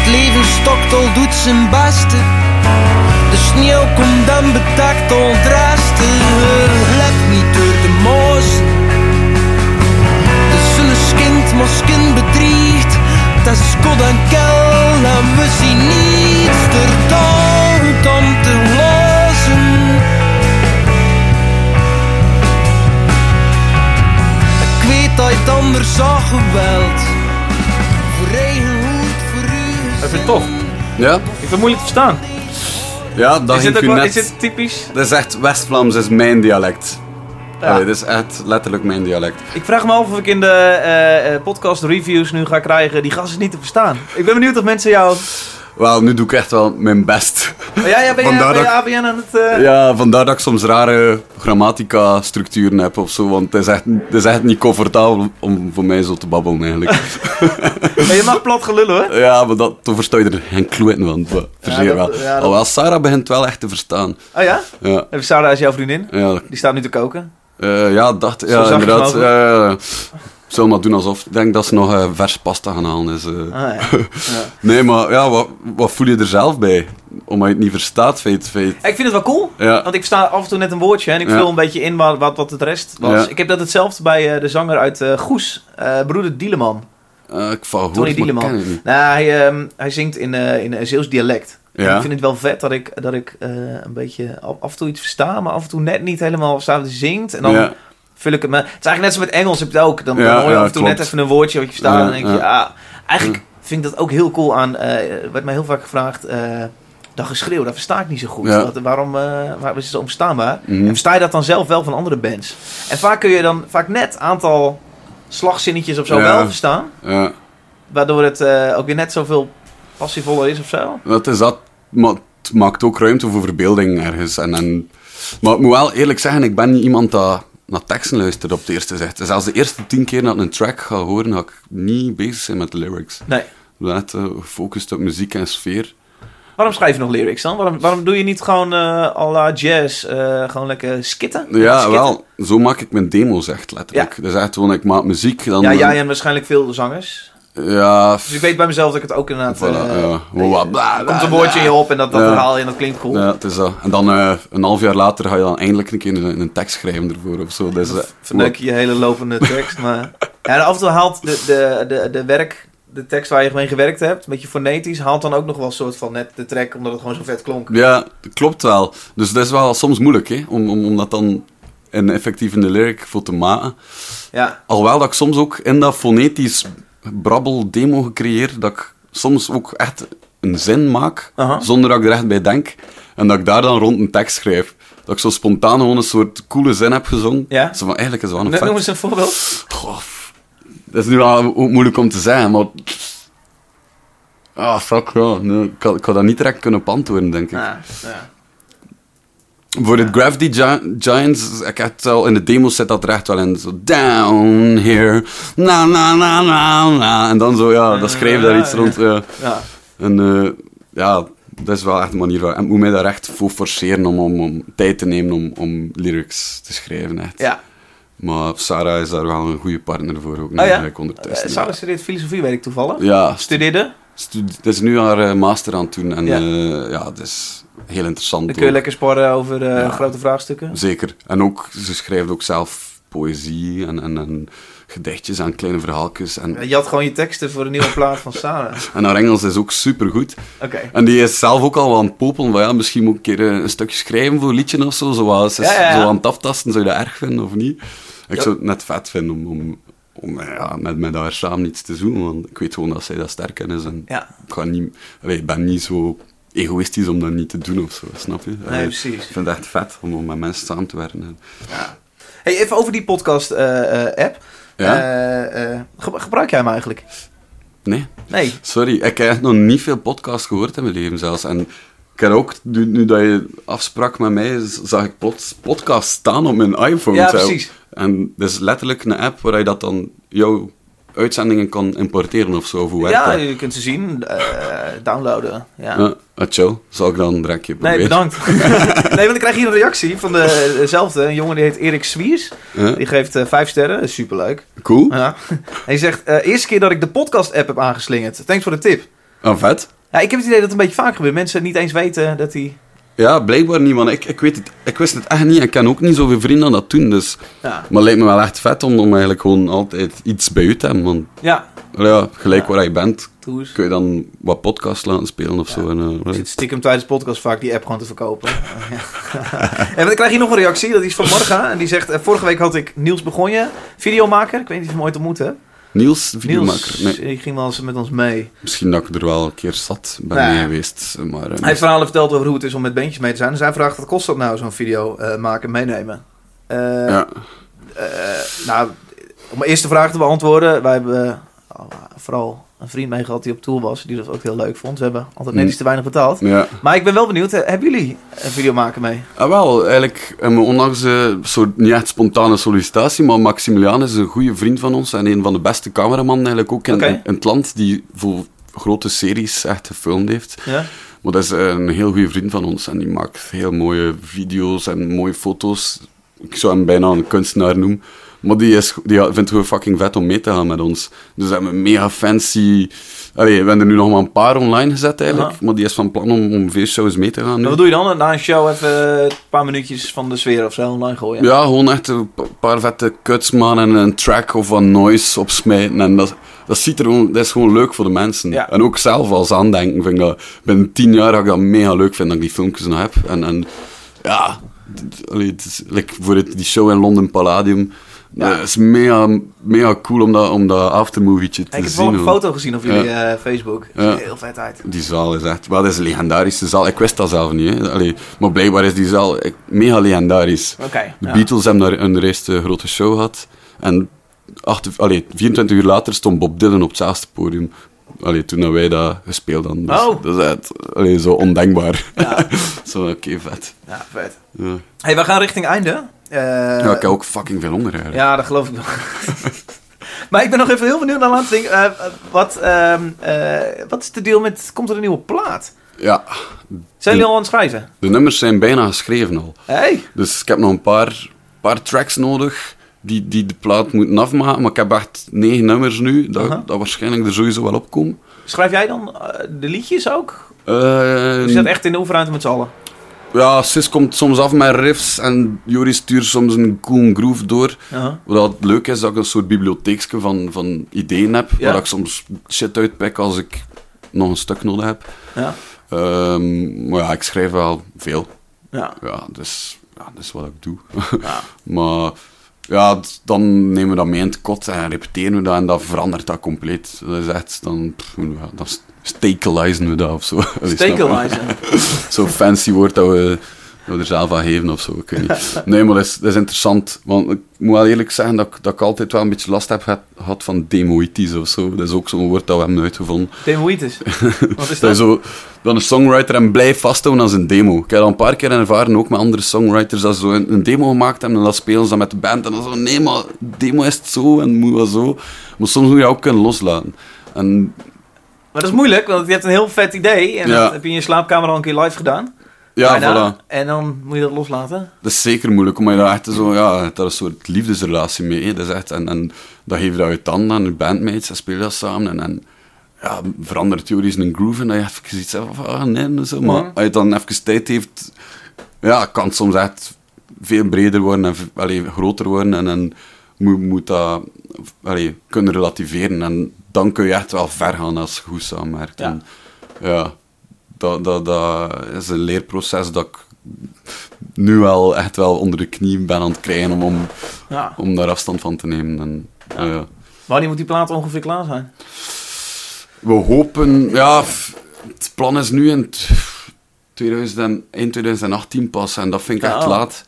Het leven stokt al doet zijn beste. De sneeuw komt dan bedekt al draste. Lep niet door de moos. De zonneskind moskin bedriegt. Dat is kod en kel en we zien niets. De dood om te lozen. Ik weet dat je het anders al geweld. Voor eigen hoed, voor u.
Dat vind ik tof.
Ja,
Ik vind het moeilijk te verstaan.
ja dat
Is dit,
ging
ook
u
wel-
Oh, net...
is dit typisch?
Dat is echt, West-Vlaams is mijn dialect.
Ja.
Allee, dat is echt letterlijk mijn dialect.
Ik vraag me af of ik in de eh, eh, podcast reviews nu ga krijgen. Die gast is niet te verstaan. Ik ben benieuwd of mensen jou.
Wel, nu doe ik echt wel mijn best. [LAUGHS]
Oh, ja, ja, ben, je,
Vandaar
ben je
dat
ABN aan het. eh,
Ja, vandaar dat ik soms rare grammatica-structuren heb of zo, want het is, echt, het is echt niet comfortabel om voor mij zo te babbelen eigenlijk. [LAUGHS]
maar oh, je mag plat gelullen hoor.
ja, maar dat, toen versta je er geen kloeten van, maar verzeer eh,
dat-
wel.
ja, dat-
Alhoewel, Sarah begint wel echt te verstaan.
Oh ja?
Ja,
Even Sarah is jouw vriendin.
ja,
Die staat nu te koken.
eh, ja dacht
zag
ja,
je
inderdaad.
het wel.
ja, ja. Zullen maar doen alsof. Ik denk dat ze nog eh, vers pasta gaan halen. Dus, eh.
Ah, ja.
[LAUGHS] Nee, maar ja, wat, wat voel je er zelf bij? Omdat je het niet verstaat, feit, feit.
Ik vind het wel cool.
Ja.
Want ik versta af en toe net een woordje en ik
Ja.
vul een beetje in wat, wat, wat het rest was.
Ja.
Ik heb dat hetzelfde bij eh, de zanger uit eh, Goes, eh, broeder Dieleman.
Eh, ik val hoort,
Tony
maar
Dieleman.
ken het niet.
Nou, hij, ehm, hij zingt in, eh in een Zeeuws dialect. En
Ja.
Ik vind het wel vet dat ik, dat ik eh, een beetje af af en toe iets versta, maar af en toe net niet helemaal versta wat hij zingt. En dan
Ja,
vul ik het me. Het is eigenlijk net zo met Engels heb je het ook. Dan, dan
Ja,
hoor je
ja,
af en toe
klopt.
net even een woordje wat je verstaat.
Ja,
en dan denk je,
ja.
ah, eigenlijk vind ik dat ook heel cool aan. eh werd mij heel vaak gevraagd. eh dat geschreeuw, dat versta ik niet zo goed.
Ja.
Dat- waarom, eh, waarom is het zo onverstaanbaar?
Mhm.
En versta je dat dan zelf wel van andere bands? En vaak kun je dan vaak net een aantal slagzinnetjes of zo
Ja.
wel verstaan.
ja.
Waardoor het eh, ook weer net zoveel passievoller is of zo.
Dat is dat. Maar het maakt ook ruimte voor verbeelding ergens. En, en... Maar ik moet wel eerlijk zeggen, ik ben niet iemand dat naar teksten luistert op het eerste zicht. Dus als de eerste tien keer dat ik een track ga horen, ga ik niet bezig zijn met de lyrics.
Nee.
Ik ben echt eh, gefocust op muziek en sfeer.
Waarom schrijf je nog lyrics dan? Waarom, waarom doe je niet gewoon eh à la jazz, eh, gewoon lekker skitten?
Ja,
Skitten?
wel. Zo maak ik mijn demo's echt letterlijk. Dus echt gewoon, ik maak muziek. Dan, eh,
Ja, jij en waarschijnlijk veel zangers.
Ja,
Dus ik weet bij mezelf dat ik het ook inderdaad...
voilà,
eh,
ja. Wow, bla,
komt
bla,
een woordje in je op en dat, dat
Ja.
herhaal je en dat klinkt cool.
Ja, het is dat. En dan eh, een half jaar later ga je dan eindelijk een keer een, een tekst schrijven ervoor of zo. Dus, eh,
Verneuk je je hele lopende
[LAUGHS]
tekst, maar... Ja, en af en toe haalt de, de, de, de werk... De tekst waar je mee gewerkt hebt, een beetje fonetisch, haalt dan ook nog wel een soort van net de track, omdat het gewoon zo vet klonk.
Ja, dat klopt wel. Dus dat is wel soms moeilijk, hè? Om, om, om dat dan een effectief in de lyric voor te maken.
Ja,
Alhoewel dat ik soms ook in dat fonetisch brabbel demo gecreëerd, dat ik soms ook echt een zin maak,
Aha.
zonder dat ik er echt bij denk. En dat ik daar dan rond een tekst schrijf. dat ik zo spontaan gewoon een soort coole zin heb gezongen.
Ja?
Zo van, eigenlijk is het wel een
Noem noem
fact.
eens een voorbeeld.
Goh, f- dat is nu al ook moeilijk om te zeggen, maar... Ah, fuck, ja. Nee, ik, had, ik had dat niet direct kunnen beantwoorden, denk ik.
Nou, ja.
Voor het Gravity Gi- Giants, ik had het al in de demo zit dat er echt wel in. Zo, down here, na na na na na. En dan zo, ja, dan schreef daar iets rond. ja.
Ja.
En eh, ja, dat is wel echt een manier waar. En ik moet mij daar echt voor forceren om, om, om tijd te nemen om, om lyrics te schrijven. Echt.
ja.
Maar Sarah is daar wel een goede partner voor ook. nu
Oh ja?
eigenlijk ondertussen.
Eh, Sarah studeert filosofie, weet ik toevallig.
Ja, stu-
Studeerde.
stu- dat is nu haar eh, master aan het doen. En
Ja.
ja, ja dat is heel interessant.
Dan kun je
ook.
lekker sparren over eh, grote vraagstukken.
Zeker. En ook, ze schrijft ook zelf poëzie en, en, en gedichtjes en kleine verhaaltjes. En,
Je had gewoon je teksten voor een nieuwe plaat van
[LAUGHS]
Sarah.
en haar Engels is ook supergoed.
Oké.
En die is zelf ook al wel aan het popelen van ja, misschien moet ik een keer eh, een stukje schrijven voor een liedje of zo. Zo, wat- ze is
Ja, ja, ja.
zo aan het aftasten, zou je dat erg vinden of niet? Ik zou het net vet vinden om, om, om eh, ja, met, met haar samen iets te doen, want ik weet gewoon dat zij daar sterk in is. En
Ja.
ik, ga niet, allee, ik ben niet zo egoïstisch om dat niet te doen of zo, snap je? Allee,
precies.
Ik vind het echt vet om, om met mensen samen te werken. en-
Hey, even over die eh, podcast-app.
Ja?
Eh, gebruik jij hem eigenlijk?
Nee.
Nee.
Sorry, ik heb echt nog niet veel podcasts gehoord in mijn leven zelfs. En ik heb ook, nu, nu dat je afsprak met mij, z- zag ik plots podcasts staan op mijn iPhone.
Ja,
zelf.
precies.
En dat is letterlijk een app waar je dat dan, jouw uitzendingen kan importeren of zo. Of hoe werkt
Ja,
dat?
je kunt ze zien, eh, downloaden. Ja.
Ja, ah, chill. Zal ik dan direct je
Nee,
proberen? [LAUGHS]
bedankt. nee, want ik krijg hier een reactie van de- dezelfde. Een jongen die heet Erik Swiers.
Ja,
Die geeft eh, vijf sterren. Dat is superleuk.
cool.
Ja. Hij zegt, eh, eerste keer dat ik de podcast-app heb aangeslingerd. Thanks voor de tip.
Ah, vet.
Ja, ik heb het idee dat het een beetje vaak gebeurt. Mensen niet eens weten dat die...
Ja, blijkbaar niet, want ik, ik, weet het, ik wist het echt niet. Ik ken ook niet zoveel vrienden dat doen, dus...
Ja.
Maar het lijkt me wel echt vet om, om eigenlijk gewoon altijd iets bij u te hebben, want...
Ja.
Ja, gelijk waar je bent,
Toes.
kun je dan wat podcasts laten spelen of zo. En, eh,
Ik
weet-
zit stiekem tijdens de podcast vaak die app gewoon te verkopen. [LAUGHS] en dan krijg je nog een reactie, dat is van Morga. En die zegt, eh, vorige week had ik Niels Begonje, videomaker. Ik weet niet of je hem ooit ontmoet hebt.
Niels, de
Niels
videomaker. Nee,
die ging wel eens met ons mee.
misschien dat ik er wel een keer zat bij
Nou ja.
mij geweest. Maar, eh,
Hij heeft verhalen verteld over hoe het is om met bandjes mee te zijn. Dus hij vraagt, wat kost dat nou, zo'n video eh, maken en meenemen? Eh,
ja.
eh, nou, om mijn eerste vraag te beantwoorden. Wij hebben eh, oh, vooral een vriend mee gehad die op tour was. Die dat ook heel leuk vond. Ze hebben altijd net
Mm.
iets te weinig betaald.
ja.
Maar ik ben wel benieuwd, eh, hebben jullie een videomaker mee?
Ah, wel, eigenlijk, eh, maar ondanks een soort niet echt spontane sollicitatie, maar Maximiliaan is een goede vriend van ons en een van de beste cameramannen eigenlijk ook in,
Oké.
in, in het land, die voor grote series echt gefilmd heeft.
Ja?
Maar dat is eh, een heel goede vriend van ons en die maakt heel mooie video's en mooie foto's. Ik zou hem bijna een kunstenaar noemen. Maar die, is, die vindt het gewoon fucking vet om mee te gaan met ons. Dus we hebben een mega fancy... Allee, we hebben er nu nog maar een paar online gezet eigenlijk.
Aha.
Maar die is van plan om, om veel shows mee te gaan nu.
En wat doe je dan? Na een show even een paar minuutjes van de sfeer of zo online gooien?
Ja, gewoon echt een pa- paar vette cuts man en een track of wat noise opsmijten. En dat, dat, ziet er gewoon, dat is gewoon leuk voor de mensen.
Ja.
En ook zelf als aandenken. Vind ik dat, binnen tien jaar ga ik dat mega leuk vinden dat ik die filmpjes nog heb. En, en ja, d- d- allee, het is, like, voor het, die show in London Palladium.
Ja.
Dat is mega, mega cool om dat, om dat aftermovietje te
ik heb
zien.
wel een
hoor.
foto gezien op jullie eh, Facebook. Dat
Ja.
ziet er heel vet uit.
Die zaal is echt... Wel, dat is een legendarische zaal. Ik wist dat zelf niet. Hè. Allee, maar blijkbaar is die zaal eh, mega legendarisch.
Oké.
De
ja.
Beatles hebben daar een eerste grote show gehad. En acht, allee, 24 uur later stond Bob Dylan op het zaalste podium. Allee, toen wij dat gespeeld hadden. Dus,
Oh.
Dat is echt allee, zo ondenkbaar. [LAUGHS] zo, oké, vet.
Ja, vet.
Ja.
hey, we gaan richting einde. Eh,
ja, ik heb ook fucking veel honger eigenlijk.
ja, dat geloof ik wel. [LAUGHS] maar ik ben nog even heel benieuwd naar een laatste ding. Eh, eh, wat, ehm, eh, wat is de deal met... Komt er een nieuwe plaat?
Ja,
Zijn jullie al aan het schrijven?
de nummers zijn bijna geschreven al.
Hey.
Dus ik heb nog een paar, paar tracks nodig die, die de plaat moeten afmaken. Maar ik heb echt negen nummers nu, dat,
Aha.
dat waarschijnlijk er sowieso wel op komen.
Schrijf jij dan eh, de liedjes ook?
Eh,
Of is dat echt in de oefenruimte met z'n allen?
Ja, Sis komt soms af met riffs en Joris stuurt soms een cool groove door.
Ja.
Wat leuk is, dat ik een soort bibliotheekje van, van ideeën heb,
Ja.
waar ik soms shit uitpik als ik nog een stuk nodig heb.
Ja.
Ehm, maar ja, ik schrijf wel veel.
ja.
Ja, dus ja, dat is wat ik doe.
Ja.
[LAUGHS] maar ja, d- dan nemen we dat mee in het kot en repeteren we dat en dat verandert dat compleet. Dat is echt, dan, pff, ja, dan stakelizen we dat of zo. [LAUGHS] Allee, snap je?
Stekelwijze.
Zo'n fancy woord dat we Nou, er zelf aan geven of zo, ik weet niet. Nee, maar dat is, dat is interessant. Want ik moet wel eerlijk zeggen dat ik, dat ik altijd wel een beetje last heb gehad- gehad van demoïtis of zo. Dat is ook zo'n woord dat we hebben uitgevonden. [LAUGHS]
Demoïtis.
Dat
Wat is
je
dat?
zo, dan een songwriter en blijf vasthouden als een demo. Ik heb dat een paar keer ervaren, ook met andere songwriters, dat ze zo een, een demo gemaakt hebben en dat spelen ze dan met de band. En dan zo, nee, maar demo is het zo en moet wel zo. Maar soms moet je dat ook kunnen loslaten. En
Maar dat is moeilijk, want je hebt een heel vet idee. En
Ja.
dat heb je in je slaapkamer al een keer live gedaan.
ja,
Bijna.
voilà.
En dan moet je dat loslaten.
Dat is zeker moeilijk, omdat je daar echt zo, ja, daar een soort liefdesrelatie mee. hè. Dat is echt, en, en dat geef je dat je tanden aan je bandmates, en speel je dat samen. En, en ja, verandert theorie in een groove en dat je even iets hebt van, ah, nee, en zo. Maar
Mhm.
als je het dan even tijd heeft, ja, kan het soms echt veel breder worden en v- allee, groter worden. En, en moet, moet dat allee, kunnen relativeren. En dan kun je echt wel ver gaan als je goed samenwerkt.
Ja.
En, ja, dat, dat, dat is een leerproces dat ik nu wel echt wel onder de knie ben aan het krijgen om, om,
Ja.
om daar afstand van te nemen. En, ja, ja.
Wanneer moet die plaat ongeveer klaar zijn?
We hopen, ja, f- het plan is nu in t- 2000, eind 2018 pas en dat vind ik
Ja,
echt
oh.
laat.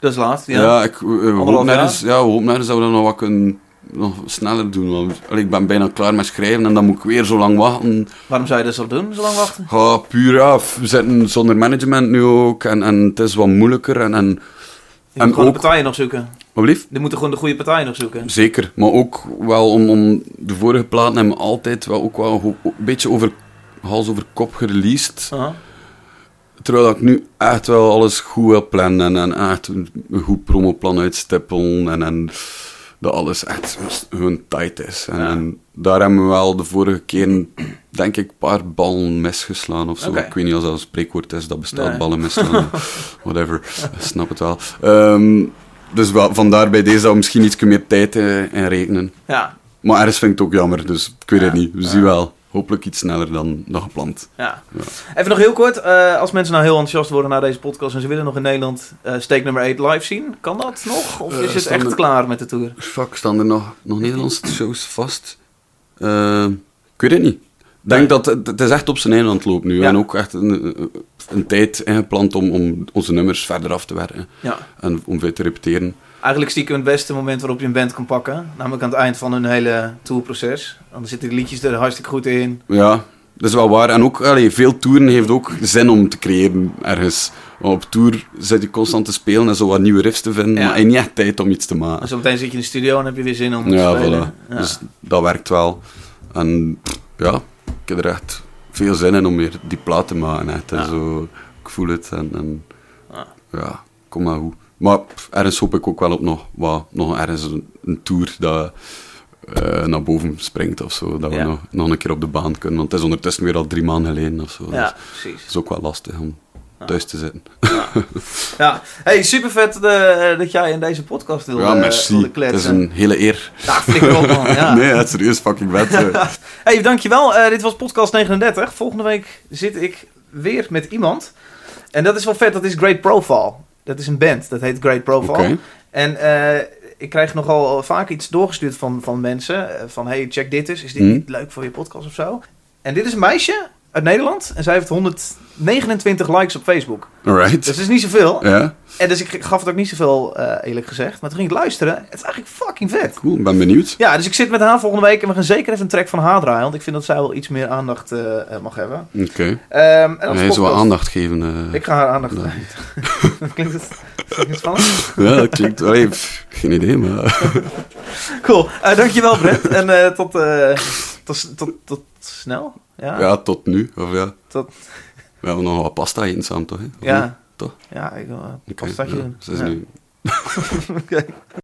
Dat is laat, ja.
Ja, ik, we- we,
Anderhalf
hopen ergens,
jaar?
ja, we hopen ergens dat we dat nog wat kunnen nog sneller doen. Want allee, ik ben bijna klaar met schrijven en dan moet ik weer zo lang wachten.
Waarom zou je dat zo doen, zo lang wachten?
Ja, puur ja. f- We zitten zonder management nu ook en, en het is wat moeilijker. En, en,
Je moet
en
gewoon
ook,
de partijen nog zoeken.
wat blieft?
Je moet gewoon de goede partijen nog zoeken.
Zeker, maar ook wel om, om de vorige platen hebben we altijd wel, ook wel ho- een beetje over, hals over kop gereleased.
Aha.
Terwijl dat ik nu echt wel alles goed wil plannen en, en echt een een goed promoplan uitstippelen en, en dat alles echt gewoon tight is. En, en daar hebben we wel de vorige keer, denk ik, een paar ballen misgeslaan of zo.
Oké.
Ik weet niet of dat een spreekwoord is, dat bestaat,
Nee.
ballen
[LAUGHS]
misslaan, whatever, ik snap het wel. Ehm, dus wel, vandaar bij deze dat we misschien iets meer tijd eh, in rekenen.
Ja,
Maar ergens vind ik het ook jammer, dus ik weet het niet. We zien wel. Hopelijk iets sneller dan, dan gepland.
ja. Even nog heel kort. eh, als mensen nou heel enthousiast worden naar deze podcast en ze willen nog in Nederland eh steek nummer 8 live zien, kan dat nog? Of
Eh,
is het
staan
echt
er-
klaar met de tour?
Fuck, staan er nog, nog Nederlandse shows vast? Eh, ik weet het niet. Ik denk dat het, het is echt op zijn einde aan het lopen nu.
Ja.
En ook echt een, een tijd ingepland om, om onze nummers verder af te werken.
Ja.
En om veel te repeteren.
Eigenlijk stiekem het beste moment waarop je een band kan pakken. Namelijk aan het eind van hun hele tourproces. Dan zitten de liedjes er hartstikke goed in.
Ja, dat is wel waar. En ook allee, veel toeren heeft ook zin om te creëren ergens. Want op tour zit je constant te spelen en zo wat nieuwe riffs te vinden. Maar
Ja.
je hebt niet echt tijd om iets te maken.
En zometeen zit je in de studio en heb je weer zin om te
Ja,
spelen.
voilà.
Ja.
Dus dat werkt wel. En pff, ja, ik heb er echt veel zin in om weer die plaat te maken. Echt. En
Ja.
Zo, ik voel het en, en
Ja.
ja. kom maar goed. Maar pff, ergens hoop ik ook wel op nog, wat, nog ergens een, een tour dat eh, naar boven springt of zo. Dat we
Ja.
nog, nog een keer op de baan kunnen. Want het is ondertussen weer al drie maanden geleden of zo. Dus
ja,
het
precies.
is ook wel lastig om thuis te zitten.
Ja. Hey, super vet dat jij in deze podcast wilde,
ja,
wilde
merci. Het is
kletsen.
een hele eer.
Nou, flikker op man.
[LAUGHS]
Ja.
nee, het is serieus fucking vet.
[LAUGHS]
eh.
Hey, dankjewel. Eh, dit was podcast 39. Volgende week zit ik weer met iemand. En dat is wel vet. Dat is Great Profile. Dat is een band. Dat heet Great Profile.
Oké.
En eh, ik krijg nogal vaak iets doorgestuurd van, van mensen. eh, Van hey, check dit eens. Is dit
Mhm.
niet leuk voor je podcast of zo? En dit is een meisje uit Nederland. En zij heeft 129 likes op Facebook.
Alright.
Dus dat is niet zoveel.
Ja,
En dus ik gaf het ook niet zoveel eh, eerlijk gezegd. Maar toen ging ik luisteren. Het is eigenlijk fucking vet.
cool. Ik ben benieuwd.
Ja, dus ik zit met haar volgende week en we gaan zeker even een track van haar draaien. Want ik vind dat zij wel iets meer aandacht eh, eh, mag hebben.
Oké.
Ehm en als
Hij is wel
podcast-
aandacht geven. eh.
Ik ga haar aandacht
Nee.
[LAUGHS] Klinkt het klinkt het spannend?
[LAUGHS] Ja, dat klinkt... Allee, pff, geen idee, maar...
Cool. Eh, dankjewel, Brent. En eh, tot, eh, tot, tot, tot snel. Ja.
[LAUGHS] Ja, tot nu. Of ja.
Tot-
We hebben nog wat pasta eten samen, toch? hè? Of niet?
ja.
toch?
Ja, ik wil eh, een
Oké,
pastaatje
ja.
doen.
Ze is
Ja.
nu
Oké.